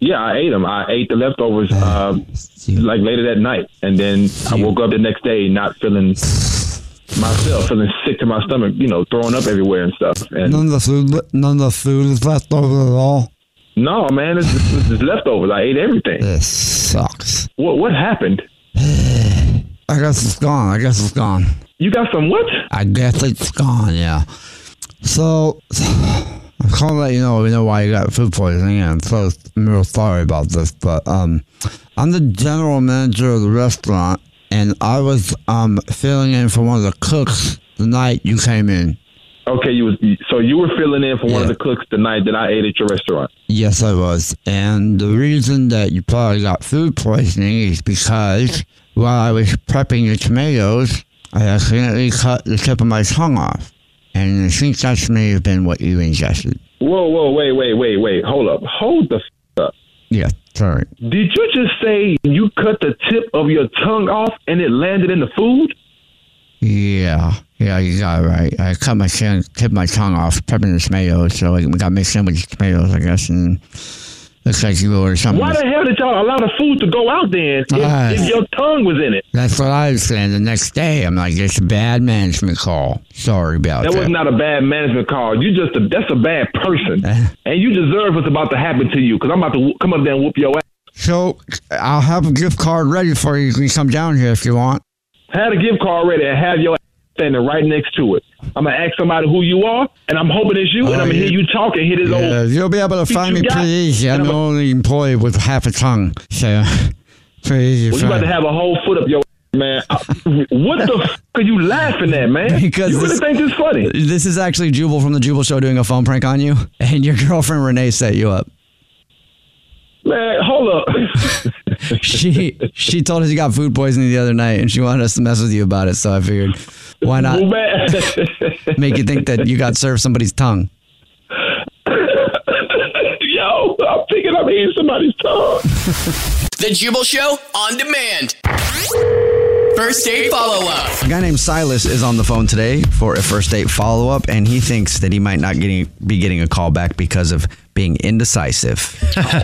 L: Yeah, I ate them. I ate the leftovers uh, like later that night, and then I woke up the next day not feeling myself, feeling sick to my stomach. You know, throwing up everywhere and stuff. And
S: None of the food, none of the food is left over at all.
L: no, man, it's just, it's just leftovers. I ate everything.
S: This sucks.
L: What what happened?
S: I guess it's gone. I guess it's gone.
L: You got some what?
S: I guess it's gone. Yeah. So I'm calling to let you know. We know why you got food poisoning, and so I'm real sorry about this. But um, I'm the general manager of the restaurant, and I was um filling in for one of the cooks the night you came in.
L: Okay, you was so you were filling in for one of the cooks the night that I ate at your restaurant.
S: Yes, I was. And the reason that you probably got food poisoning is because while I was prepping your tomatoes, I accidentally cut the tip of my tongue off. And I think that may have been what you ingested.
L: Whoa, whoa, wait, wait, wait, wait. Hold up, hold the f- up.
S: Yeah, sorry.
L: Did you just say you cut the tip of your tongue off and it landed in the food?
S: Yeah, yeah, you got it right. I cut my tongue, tip my tongue off prepping the tomatoes, so it got mixed in with the tomatoes, I guess, and looks like you ordered something.
L: Why the hell did y'all allow the food to go out then if,
S: Ah.
L: if your tongue was in it?
S: That's what I was saying the next day. I'm like, it's a bad management call. Sorry about
L: That
S: that.
L: was not a bad management call. You just a, that's a bad
S: *laughs*
L: person, and you deserve what's about to happen to you. Because I'm about to whoop- come up there and whoop your ass.
S: So I'll have a gift card ready for you. You can come down here if you want.
L: Had a gift card ready and have your ass standing right next to it. I'm gonna ask somebody who you are, and I'm hoping it's you, and I'm gonna hear you talking, hit his
S: Oh, Yeah,
L: old.
S: you'll be able to
L: Speak
S: find
L: you
S: me
L: got.
S: pretty easy. I'm
L: And
S: the
L: I'm a-
S: only employee with half a tongue, so *laughs* pretty easy.
L: Well, you about to have a whole foot up your ass, man. I- *laughs* what the f- are you laughing at,
S: *laughs*
L: man?
A: Because
L: you really
A: this-
L: think this funny?
A: This is actually Jubal from the Jubal Show doing a phone prank on you, and your girlfriend Renee set you up.
L: Man, hold
A: *laughs*
L: up.
A: She she told us you got food poisoning the other night, and she wanted us to mess with you about it. So I figured, why not make you think that you got served somebody's tongue?
L: *laughs* Yo, I'm thinking I'm eating somebody's tongue.
F: The Jubal Show on demand. First date follow up.
A: A guy named Silas is on the phone today for a first date follow up, and he thinks that he might not getting, be getting a call back because of being indecisive,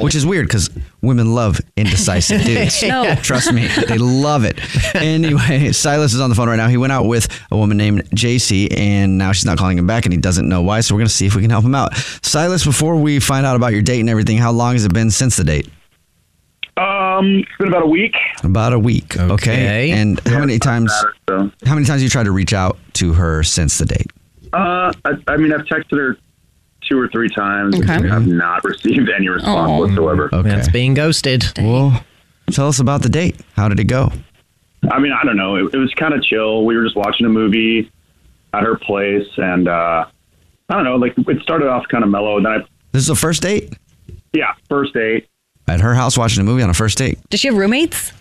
A: which is weird because women love indecisive dudes.
D: No.
A: Trust me, they love it. Anyway, Silas is on the phone right now. He went out with a woman named JC, and now she's not calling him back, and he doesn't know why. So we're going to see if we can help him out. Silas, before we find out about your date and everything, how long has it been since the date?
T: Um, it's been about a week.
A: About a week. Okay. And how many times? How many times you tried to reach out to her since the date?
T: Uh, I, I mean, I've texted her two or three times.
A: Okay.
T: I've not *laughs* received any response whatsoever.
A: Okay. That's being ghosted. Well, tell us about the date. How did it go?
T: I mean, I don't know. It, it was kind of chill. We were just watching a movie at her place, and uh, I don't know. Like it started off kind of mellow. Then I,
A: This is a first date
T: yeah, first date.
A: at her house watching a movie on a first date.
C: Does she have roommates?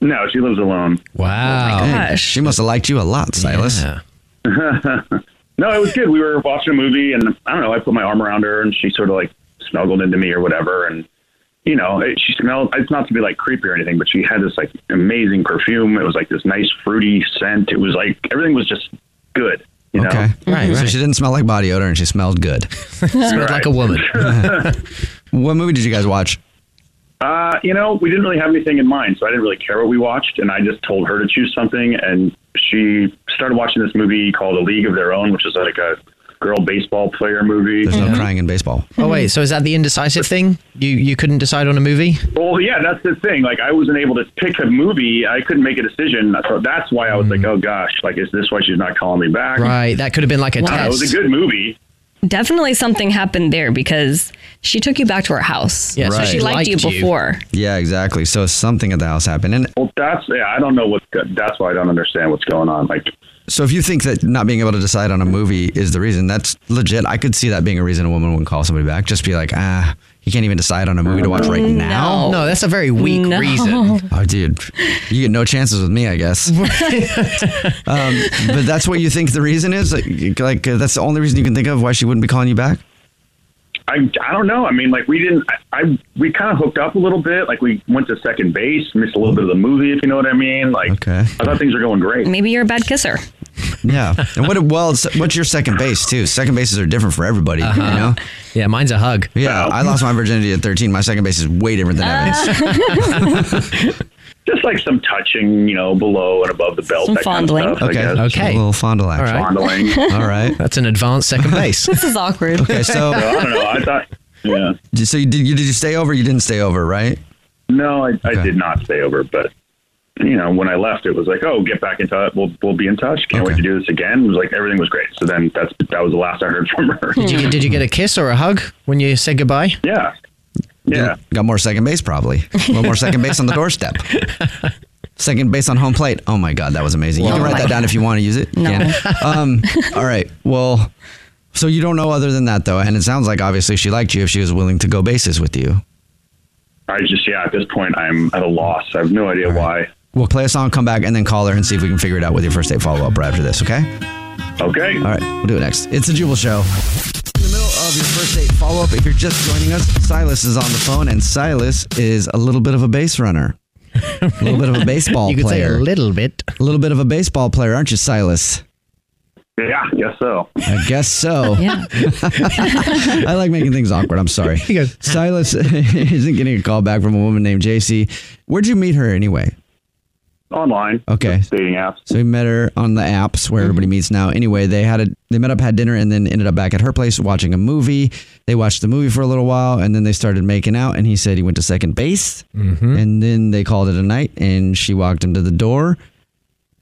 T: No, she lives alone. Oh
A: Wow. She must have liked you a lot, Silas.
T: *laughs* no, it was good. We were watching a movie, and I don't know. I put my arm around her, and she sort of like snuggled into me or whatever. And you know, it, she smelled. It's not to be like creepy or anything, but she had this like amazing perfume. It was like this nice fruity scent. It was like everything was just good. You know?
A: Okay.
T: Right,
A: So
T: right.
A: she didn't smell like body odor and she smelled good.
T: Smelled like a *laughs* woman.
A: what movie did you guys watch?
T: Uh, you know, we didn't really have anything in mind, so I didn't really care what we watched, and I just told her to choose something, and she started watching this movie called A League of Their Own, which is like a girl baseball player movie.
D: There's no Mhm.
A: crying in baseball.
D: Oh wait, so is that the indecisive thing? You you couldn't decide on a movie?
T: Well, yeah, that's the thing. Like, I wasn't able to pick a movie. I couldn't make a decision. So that's why I was like, oh gosh, like, is this why she's not calling me back?
D: Right, Hmm. that could have been like a
T: Uh, It was
D: test.
T: a good movie.
C: definitely something happened there because she took you back to her house. so she liked, you before.
A: Yeah, exactly. So something at the house happened. And
T: Well, that's yeah. I don't know what. That's why I don't understand what's going on. Like,
A: so if you think that not being able to decide on a movie is the reason, that's legit. I could see that being a reason a woman wouldn't call somebody back. Just be like, ah, you can't even decide on a movie to watch right now.
D: No, that's a very weak
A: No.
D: reason.
A: *laughs* Oh, dude, you get no chances with me, I guess. um, but that's what you think the reason is. Like, like uh, that's the only reason you can think of why she wouldn't be calling you back.
T: I I don't know. I mean, like we didn't. I, I we kind of hooked up a little bit. Like we went to second base, missed a little bit of the movie, if you know what I mean. Like, I thought things were going
C: *laughs*
T: great.
C: Maybe you're a bad kisser.
A: Yeah. And what? Well, it's- what's your second base too? Second bases are different for everybody. You know.
D: Uh-huh. Yeah, mine's a hug.
A: Yeah, I lost my virginity at 13. My second base is way different than Evan's.
T: Just like some touching, you know, below and above the belt.
C: Some
T: that kind of
C: fondling.
T: stuff, I
A: Okay,
T: guess.
A: okay. A little fondle action.
T: Fondling.
A: *laughs* All right.
D: That's an advanced second base.
C: This is
A: *laughs*
C: awkward.
A: Okay,
T: *laughs*
A: so
T: I don't know. I thought. Yeah.
A: So you did you did you stay over? You didn't stay over, right?
T: No, I, I did not stay over, but you know, when I left, it was like, oh, get back in touch. We'll we'll be in touch. Can't wait to do this again. It was like everything was great. So then that's that was the last I heard from her.
D: Hmm. Did you get, did you get a kiss or a hug when you said goodbye?
T: Yeah.
A: Yeah. Got more second base probably. One more second base on the
D: *laughs*
A: doorstep. Second base on home plate. Oh my god, that was amazing. You
D: Wow.
A: can write that down if you want to use it.
D: No.
A: Can. Um, all right. Well, so you don't know other than that though, and it sounds like obviously she liked you if she was willing to go bases with you.
T: I just yeah. At this point, I'm at a loss. I have no idea why.
A: We'll play a song, come back, and then call her and see if we can figure it out with your first date follow up right after this. Okay.
T: Okay.
A: All right. We'll do it next. It's the Jubal Show. In the middle of your first date follow up, if you're just joining us, Silas is on the phone, and Silas is a little bit of a base runner, a little bit of a baseball
D: *laughs* You could say a
A: player.
D: little bit.
A: A little bit of a baseball player, aren't you, Silas?
T: Yeah. Yes. So.
A: I guess so.
T: Yeah.
A: *laughs* I like making things awkward. I'm
D: *laughs*
A: sorry. Silas *laughs* isn't getting a call back from a woman named JC. Where'd you meet her anyway?
T: Online.
A: Okay.
T: Dating apps. Mm-hmm.
A: So we met her on the apps where everybody meets now. Anyway, they had a they met up, had dinner, and then ended up back at her place watching a movie. They watched the movie for a little while, and then they started making out. And he said he went to second base, and then they called it a night. And she walked him to the door,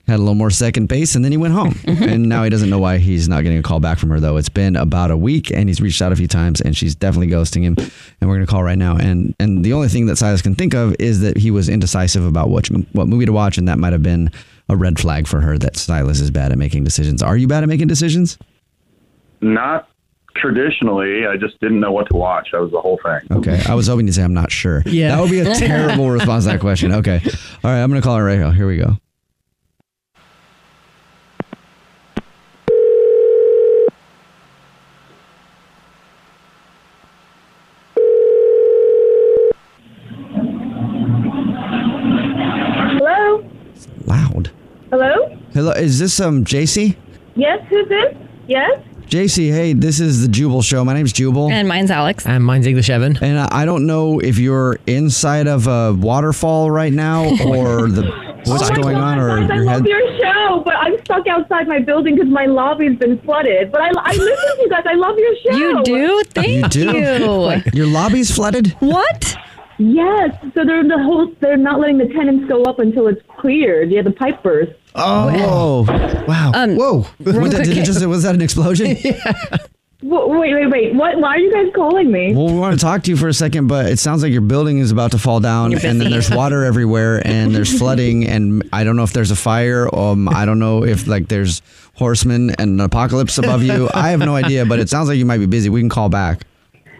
A: had a little more second base, and then he went home. and now he doesn't know why he's not getting a call back from her though. It's been about a week, and he's reached out a few times, and she's definitely ghosting him. And we're gonna call right now. And and the only thing that Silas can think of is that he was indecisive about what what movie to watch, and that might have been a red flag for her that Silas is bad at making decisions. Are you bad at making decisions?
T: Not traditionally. I just didn't know what to watch. That was the whole thing.
A: Okay, I was hoping to say I'm not sure. Yeah, that would be a terrible response to that question. Okay, all right, I'm gonna call her right now. Here we go.
B: Hello?
A: Loud.
B: Hello?
A: Hello, is this um JC?
B: Yes, who's this? Yes?
A: JC, hey, this is the Jubal Show. My name's Jubal.
C: And mine's Alex.
A: And mine's English Evan. And I I don't know if you're inside of a waterfall right
B: *laughs*
A: now or the what's
B: oh my
A: going
B: Oh
A: on
B: God,
A: or
B: guys, I
A: your
B: love
A: head.
B: your show, but I'm stuck outside my building because my lobby's been flooded. But I, I listen to you guys. I love your show. You do?
A: you do? Your lobby's flooded?
B: What? Yes. So they're the whole. They're not letting the tenants go up until it's cleared. Yeah, the pipe burst.
A: Oh, whoa.
B: Uh,
A: Wow. whoa.
B: Um, real
A: What that- did it
B: quick-
A: just- *laughs* was that an
B: *laughs*
A: explosion?
B: Wha- Wait, wait, wait. What? Why are you guys calling me?
A: Well, we want to talk to you for a second, but it sounds like your building is about to fall down,
B: You're
A: and then
B: busy.
A: there's water everywhere, and
B: *laughs*
A: there's flooding, and I don't know if there's a fire. Um, I don't know if like there's horsemen and an apocalypse above you. I have no idea, but it sounds like you might be busy. We can call back.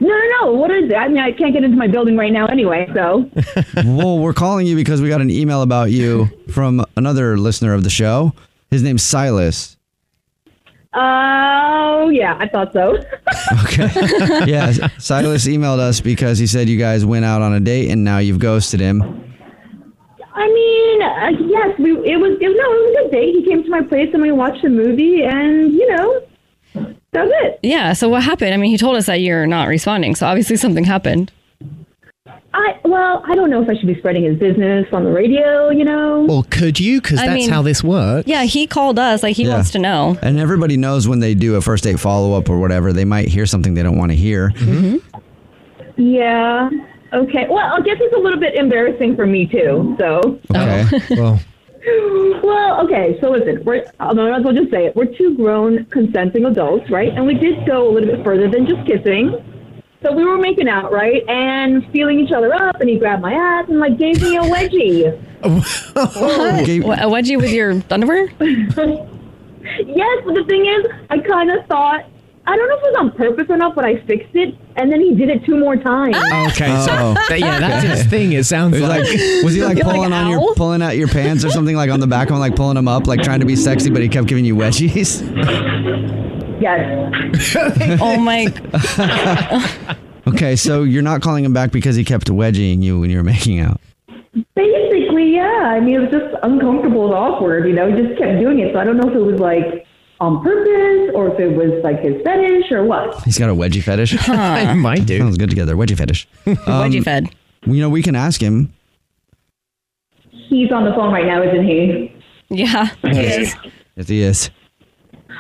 B: No, no, no. What is it? I mean, I can't get into my building right now anyway. *laughs* So.
A: well, we're calling you because we got an email about you from another listener of the show. His name's Silas.
B: Oh yeah, I thought so. *laughs*
A: yeah, Silas emailed us because he said you guys went out on a date and now you've ghosted him.
B: I mean, uh, yes, we. It was. It, no, it was a good date. He came to my place and we watched a movie, and you know, that was it.
C: Yeah. So what happened? I mean, he told us that you're not responding. So obviously something happened.
B: I well, I don't know if I should be spreading his business on the radio. You know.
D: Well, could you? Because
C: I
D: that's
C: mean-
D: how this works.
C: Yeah. He called us. Like he
A: Yeah.
C: wants to know.
A: And everybody knows when they do a first date follow up or whatever, they might hear something they don't want to hear.
C: Mm-hmm.
B: Yeah.
C: Oh.
B: Okay. Well, I guess it's a little bit embarrassing for me too. So.
D: *laughs*
A: Okay. well,
B: Well, okay, so listen, we're, I might as well just say it. We're two grown consenting adults, right? And we did go a little bit further than just kissing. So we were making out, right? And feeling each other up, and he grabbed my ass and, like, gave me a wedgie.
D: Oh.
C: What?
B: Gave-
C: What, a wedgie with your underwear?
B: *laughs* yes, but the thing is, I kind of thought, I don't know if it was on purpose or not, but I fixed it, and then he did it two more times.
C: Ah!
D: Okay, so
A: Oh.
D: that- yeah, that's
A: Okay.
D: his thing. It sounds
A: It was
D: like,
A: like, was
C: *laughs*
A: he like
D: You're
A: pulling on your pulling out your pants or something like on the back one, like pulling them up, like trying to be sexy, but he kept giving you wedgies?
B: Yes.
D: *laughs*
C: oh my!
A: Okay, so you're not calling him back because he kept wedging you when you were making out.
B: Basically, yeah. I mean, it was just uncomfortable and awkward. You know, he just kept doing it. So I don't know if it was like on purpose or if it was like his fetish or what.
A: He's got a wedgie fetish.
C: *laughs* Huh.
A: *laughs*
C: He
A: might do. Sounds good together. Wedgie fetish.
C: *laughs*
A: Um,
C: wedgie fed.
A: You know, we can ask him.
B: He's on the phone right now, isn't he?
C: Yeah.
A: Yes. Yes, he is.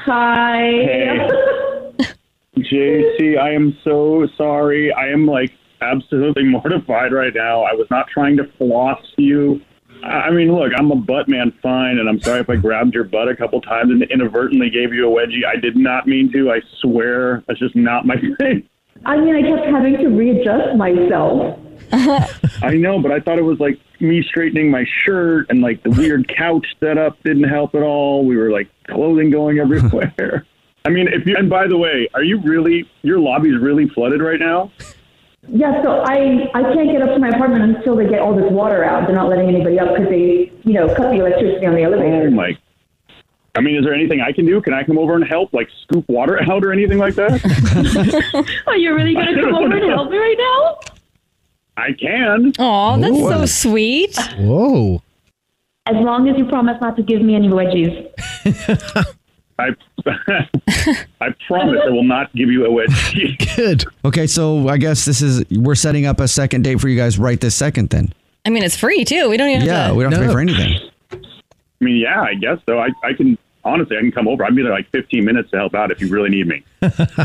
B: Hi.
T: Hey. JC, I am so sorry. I am like absolutely *laughs* mortified right now. I was not trying to floss you. I I mean, look, I'm a butt man, fine, and I'm sorry if I grabbed your butt a couple times and inadvertently gave you a wedgie. I did not mean to. I swear, that's just not my *laughs* thing.
B: *laughs* I mean, I kept having to readjust myself.
T: I know, but I thought it was like me straightening my shirt and like the weird couch setup didn't help at all. We were like clothing going everywhere. I mean, if you and by the way, are you really your lobby's really flooded right now?
B: Yeah, so I, I can't get up to my apartment until they get all this water out. They're not letting anybody up because they, you know, cut the electricity on the elevator.
T: *laughs* Oh my! I mean, is there anything I can do? Can I come over and help, like scoop water out or anything like that?
D: *laughs*
B: Are you really
T: gonna come over and help
B: me right now?
T: I can.
C: Oh, that's
T: Ooh.
C: so sweet.
D: Whoa.
B: As long as you promise not to give me any wedgies.
T: I *laughs* I promise I will not give you a *laughs* wedgie.
A: Good. Okay, so I guess this is we're setting up a second date for you guys right this second then.
C: I mean, it's free too. We don't even.
A: yeah,
C: have to,
A: we don't have to pay for anything.
T: I mean, yeah, I guess so. I I can honestly, I can come over. I'd be there like 15 minutes to help out if you really need
D: *laughs*
T: me.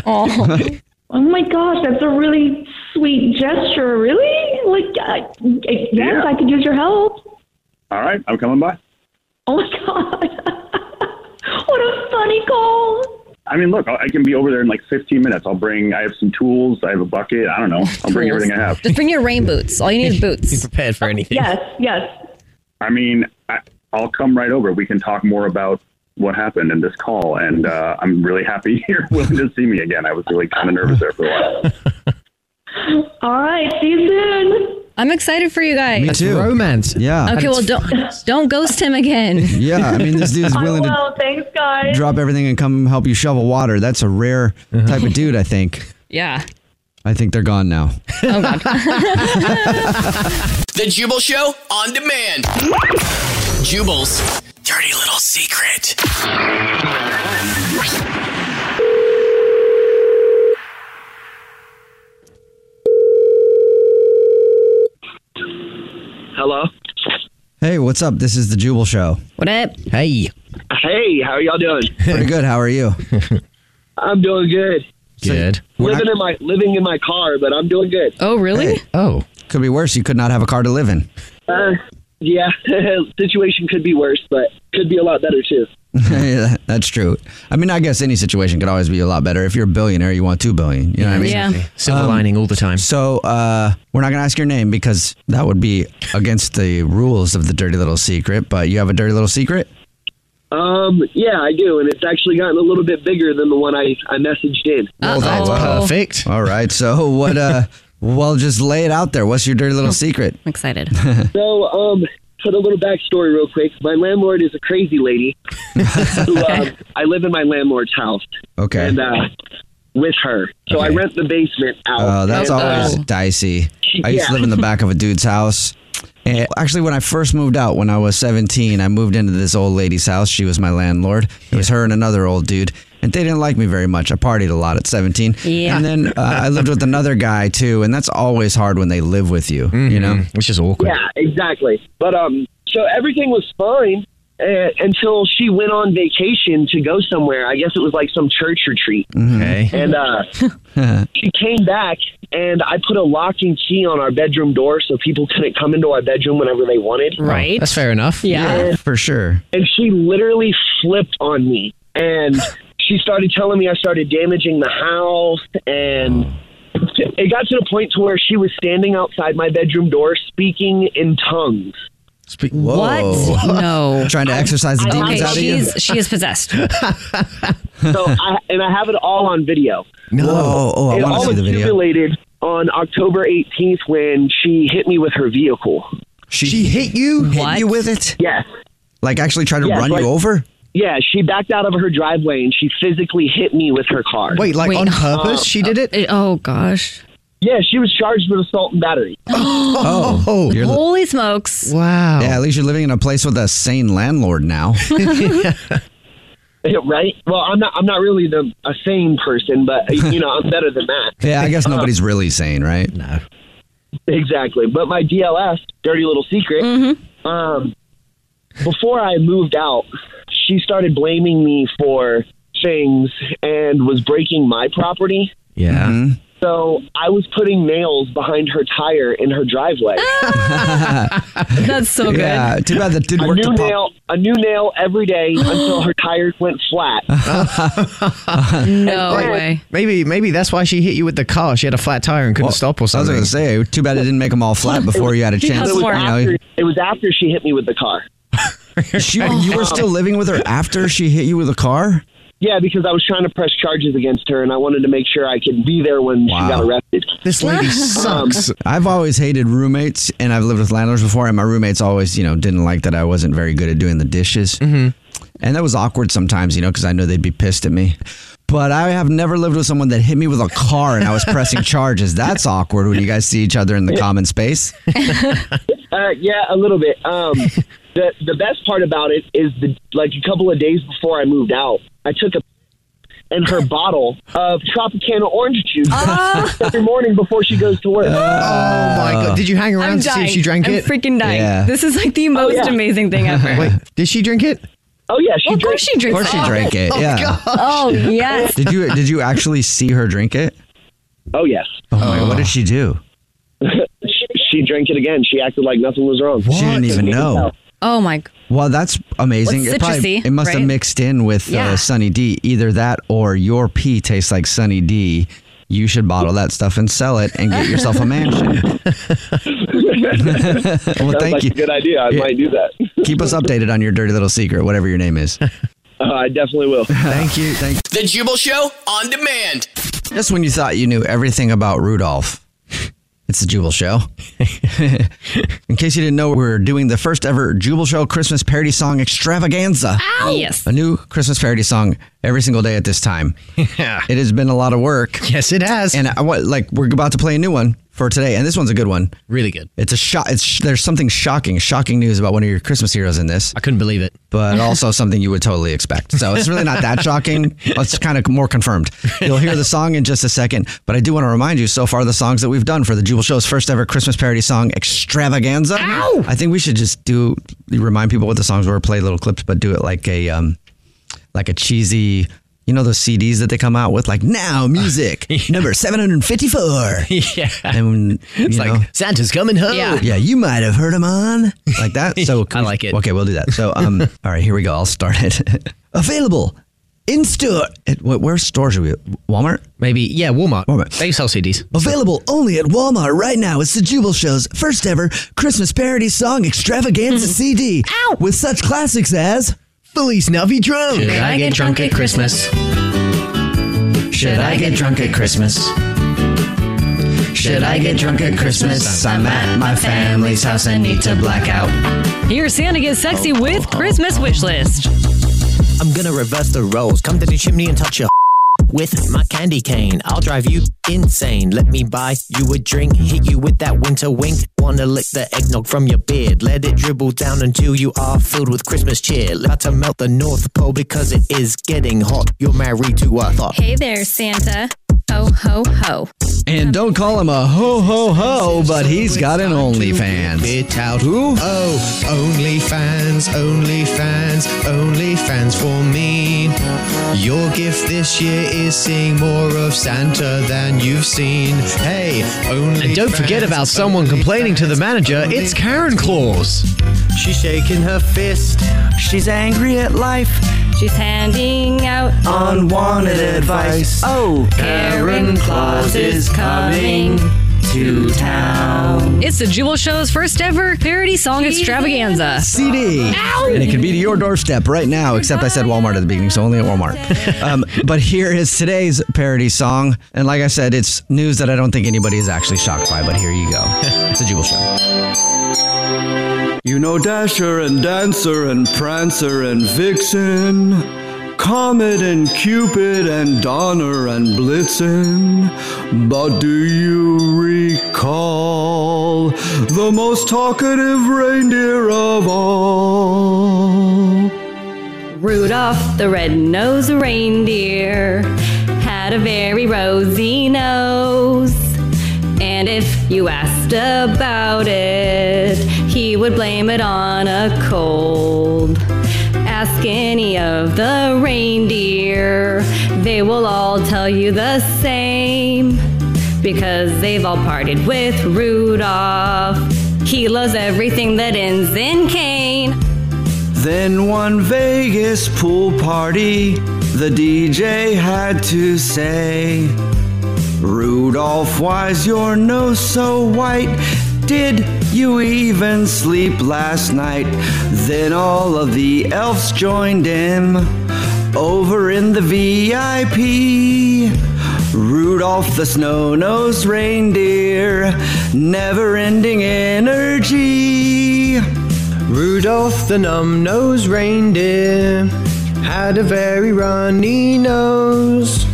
C: Oh.
B: oh my gosh, that's a really sweet gesture. Really? Like, I, I- yes,
T: Yeah.
B: I could use your help.
T: All right, I'm coming by.
B: Oh my *laughs* god. what a funny call.
T: I mean, look, I I can be over there in like 15 minutes. I'll bring. I have some tools. I have a bucket. I don't know. I'll bring everything I
D: *laughs*
T: have.
C: Just bring your rain boots. All you need is boots.
A: *laughs*
C: Be
D: prepared for anything.
B: yes.
T: I mean, I, I'll come right over. We can talk more about what happened in this call, and uh, I'm really happy *laughs* you're willing to see me again. I was really kind of nervous there for a while.
B: All right, see you soon.
C: I'm excited for you guys.
D: That's romance.
A: Yeah.
C: Okay, well don't don't ghost him again.
A: *laughs* Yeah, I mean, this dude's willing to
B: thanks, guys.
A: drop everything and come help you shovel water. That's a rare type of dude, I think.
C: Yeah.
A: I think they're gone now.
C: Oh god.
F: *laughs* The Jubal Show on demand. Jubal's dirty little secret.
U: Hello.
A: Hey, what's up? This is the Jubal Show.
C: What up?
A: Hey.
U: Hey, how are
A: *laughs*
U: y'all doing?
A: Pretty good. How are *laughs* you?
U: I'm doing good.
A: Good.
U: living in my living in my car, but I'm doing good.
C: Oh, really?
A: Oh. Could be worse. You could not have a car to live in.
U: Uh, yeah, *laughs* situation could be worse, but could be a lot better too.
A: *laughs* Yeah, That's true. I mean, I guess any situation could always be a lot better. If you're a billionaire, you want two billion. You know what I mean? Um,
C: Yeah. Yeah.
D: Silver lining all the time.
A: So uh, we're not going to ask your name because that would be against the rules of the dirty little secret. But you have a dirty little secret.
U: Um, yeah, I do, and it's actually gotten a little bit bigger than the one I I messaged in.
A: Well, Oh, that's perfect. All right. So what? *laughs* Uh, well, just lay it out there. What's your dirty little secret?
C: I'm excited.
U: So, um, put a little backstory real quick. My landlord is a crazy lady.
A: *laughs*
U: who, um, I live in my landlord's house.
A: *laughs* Okay.
U: And uh, with her, so I rent the basement out.
A: Oh, that's
U: And, uh,
A: always dicey. I used to
U: Yeah.
A: live in the back of a dude's house. And actually, when I first moved out, when I was 17, I moved into this old lady's house. She was my landlord. It was her and another old dude. And they didn't like me very much. I partied a lot at 17.
D: Yeah.
A: And then uh, I lived with another guy, too. And that's always hard when they live with you, you know?
D: Which is awkward.
U: Yeah, exactly. But um, so everything was fine uh, until she went on vacation to go somewhere. I guess it was like some church retreat.
D: Okay.
U: And uh,
S: *laughs*
U: she came back, and I put a lock and key on our bedroom door so people couldn't come into our bedroom whenever they wanted.
D: Right. Oh, That's fair enough.
U: Yeah.
A: for
D: *laughs*
A: sure.
U: And she literally flipped on me. And she started telling me I started damaging the house. And it got to the point to where she was standing outside my bedroom door speaking in tongues.
A: Speak. Whoa.
U: What?
A: No. Oh. *laughs* Trying to exercise the demons out of you.
C: possessed.
U: so I, and I have it all on video.
A: No. Oh, oh, I
U: it
A: wanna
U: all
A: see the video.
U: accumulated on October 18th when she hit me with her vehicle.
A: She, hit you? Hit you with it?
U: Yes.
A: Like actually try to
U: Yes,
A: run
U: like-
A: you over?
U: Yeah, she backed out of her driveway and she physically hit me with her car.
C: did it? Oh gosh.
U: Yeah, she was charged with assault
C: *gasps*
U: and battery.
A: *laughs* *gasps* Oh, you're the-
C: holy smokes!
D: Wow.
A: Yeah, at least you're living in a place with a sane landlord now.
U: Yeah, right? Well, I'm not. I'm not really the a sane
A: *laughs*
U: person, but you know, I'm better than that.
A: yeah, I guess
U: Uh, *laughs*
A: nobody's really sane, right? No.
U: Exactly. But my DLS, dirty little secret.
C: Mm-hmm.
U: Um, before I moved out, she started blaming me for things and was breaking my property.
D: Yeah.
U: So I was putting nails behind her tire in her driveway.
C: *laughs* That's so
U: good.
A: Yeah, too bad that didn't
U: a
A: work
U: new
A: to pop-
U: nail, a new nail every day until her tires went
A: *laughs*
U: flat.
C: no way.
D: Maybe maybe that's why she hit you with the car. She had a flat tire and couldn't stop
A: I
D: or
A: was
D: something.
A: going to say, too bad it didn't make them all flat before you had a chance.
U: It
A: you
U: was,
A: know.
U: after, it was after she hit me with
A: *laughs*
U: the car.
A: She- you
U: Oh.
A: were still living with her after she hit you with a car?
U: Yeah, because I was trying to press charges against her, and I wanted to make sure I could be there when she got arrested. Um,
D: This
U: lady sucks.
A: I've always hated roommates, and I've lived with landlords before, and my roommates always, you know, didn't like that I wasn't very good at doing the dishes, mm-hmm. and that was awkward sometimes, you know, because I know they'd be pissed at me. But I have never lived with someone that hit me with a car, and I was pressing *laughs* charges. That's awkward when you guys see each other in the common space.
U: *laughs* Uh, yeah, a little bit.
A: *laughs*
U: Um, the the best part about it is the like a couple of days before I moved out, I took a *laughs* and her bottle of Tropicana orange juice *laughs* every morning before she goes to work.
D: oh my god! Did you hang around
C: I'm
D: to see
C: dying.
D: if she drank
C: I'm
D: it?
C: freaking dying. Yeah. This is like *laughs* the most amazing thing ever.
D: Wait, did she drink it?
U: Oh yeah, she
C: Well, of course she
A: Of
C: drinks.
A: course, she
C: it.
A: drank it.
C: Oh,
A: yeah.
C: gosh.
U: *laughs*
C: Oh, yes.
A: Did you did you actually see her drink it?
U: Oh yes.
A: Oh my! What did she do?
U: she, she drank it again. She acted like nothing was wrong.
A: She didn't even know.
C: Oh my!
A: Well, that's amazing.
C: What's
A: it, probably,
C: citrusy,
A: it must have
C: right?
A: mixed in with
C: Yeah.
A: uh, Sunny D. Either that or your pee tastes like Sunny D. You should bottle that stuff and sell it and get yourself a
C: *laughs*
A: mansion. *laughs* well,
U: Sounds
A: thank
U: like
A: you.
U: a good idea. I
A: Yeah.
U: might do that.
A: Keep us updated on your dirty little secret, whatever your name
U: *laughs*
A: is.
U: Uh, I definitely
A: *laughs*
U: will.
A: Thank you. Thank
F: The Jubal Show on demand.
A: Just when you thought you knew everything about Rudolph, it's the Jubal
D: *laughs*
A: Show. In case you didn't know, we're doing the first ever Jubal Show Christmas parody song extravaganza.
C: Yes.
A: A new Christmas parody song every single day at this time. *laughs* Yeah. It has been a lot of work.
D: Yes, it has.
A: And I want like we're about to play a new one for today, and this one's a good one.
D: Really good.
A: It's a shot. It's there's something shocking, shocking news about one of your Christmas heroes in this. I
D: couldn't believe it,
A: but also something you would totally expect. So it's really not
D: *laughs*
A: that shocking. It's kind of more confirmed. You'll hear the song in just a second, but I do want to remind you. So far, the songs that we've done for the Jubal Show's first ever Christmas parody song extravaganza. I think we should just do remind people what the songs were, play little clips, but do it like a um, like a cheesy. You know those CDs that they come out with, like now
D: *laughs*
A: music number seven hundred fifty-four.
D: Yeah,
A: and you
D: It's like,
A: know,
D: Santa's coming home.
A: yeah. you might have heard him on like
D: *laughs*
A: that. So
D: I like it.
A: Okay, we'll do that. So um, *laughs* all right, here we go. I'll start it. *laughs* Available in store. At, wh- where store should we? Walmart?
D: Maybe. Yeah, Walmart.
A: Walmart.
D: They sell CDs.
A: Available only at Walmart right now. It's the Jubal Show's first ever Christmas parody song
D: Mm-hmm.
A: extravaganza CD with such classics as
D: Feliz Navi Drunk.
A: Should I get drunk at Christmas?
D: Should I get drunk at Christmas?
A: Should I get drunk at Christmas? I'm at my family's house and need to black out.
Q: Here's Santa Gets Sexy
A: Oh,
Q: with Christmas wish list.
V: I'm gonna reverse the roles. Come down the chimney and touch your *laughs* with my candy cane. I'll drive you insane. Let me buy you a drink. Hit you with that winter wink. Wanna lick the eggnog from your beard. Let it dribble down until you are filled with Christmas cheer. About to melt the North Pole because it is getting hot. You're married to a thought.
C: Hey there, Santa.
W: Ho, ho, ho.
A: And don't call him a ho ho ho, but he's got an OnlyFans. Get out. Who?
D: Oh, only fans, only fans, only fans for me. Your gift this year is seeing more of Santa than you've seen. Hey, only And don't forget about someone complaining to the manager, it's Karen Claus.
O: She's shaking her fist. She's angry at life.
C: She's handing out
O: Unwanted advice. Oh,
C: Karen Claus is coming
O: to town.
W: It's the Jubal Show's first ever parody song extravaganza.
A: CD. And it can be to your doorstep right now, except I said Walmart at the beginning, so only at Walmart.
D: *laughs*
A: Um, but here is today's parody song. And like I said, it's news that I don't think anybody is actually shocked by, but here you go. It's a Jubal Show.
K: Oh.
J: You know Dasher and Dancer and Prancer and Vixen, Comet and Cupid and Donner and Blitzen. But do you recall the most talkative reindeer of all?
C: Rudolph the red-nosed reindeer had a very rosy nose. And if you asked about it, he would blame it on a cold. Ask any of the reindeer, they will all tell you the same. Because they've all parted with Rudolph. He loves everything that ends in Cain.
J: Then one Vegas pool party, the DJ had to say, Rudolph, why's your nose so white? Did you even sleep last night? Then all of the elves joined him over in the VIP. Rudolph the snow-nosed reindeer, never-ending energy.
D: Rudolph the numb-nosed reindeer had a very runny nose.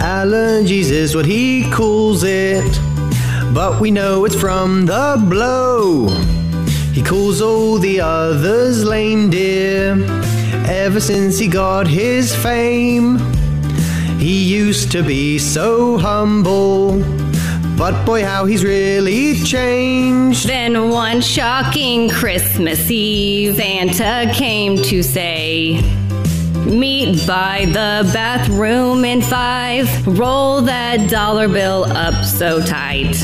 D: Allergies is what he calls it, but we know it's from the blow. He calls all the others lame deer ever since he got his fame. He used to be so humble, but boy, how he's really changed.
C: Then one shocking Christmas Eve, Santa came to say, Meet by the bathroom in five, roll that dollar bill up so tight.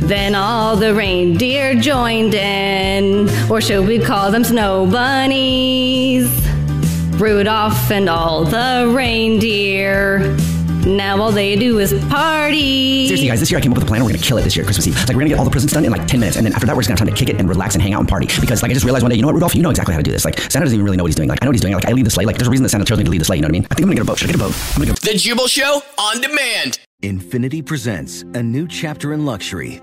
C: Then all the reindeer joined in, or should we call them snow bunnies? Rudolph and all the reindeer. Now all they do is party.
X: Seriously, guys, this year I came up with a plan. We're gonna kill it this year, Christmas Eve. Like we're gonna get all the prisons done in like ten minutes, and then after that we're just gonna have time to kick it and relax and hang out and party. Because like I just realized one day, you know what, Rudolph, you know exactly how to do this. Like Santa doesn't even really know what he's doing. Like I know what he's doing. Like I lead the sleigh. Like there's a reason that Santa chose me to lead the sleigh. You know what I mean? I think I'm gonna get a boat. Should I get a boat? I'm gonna go.
F: The Jubal Show on demand.
I: Infinity presents a new chapter in luxury,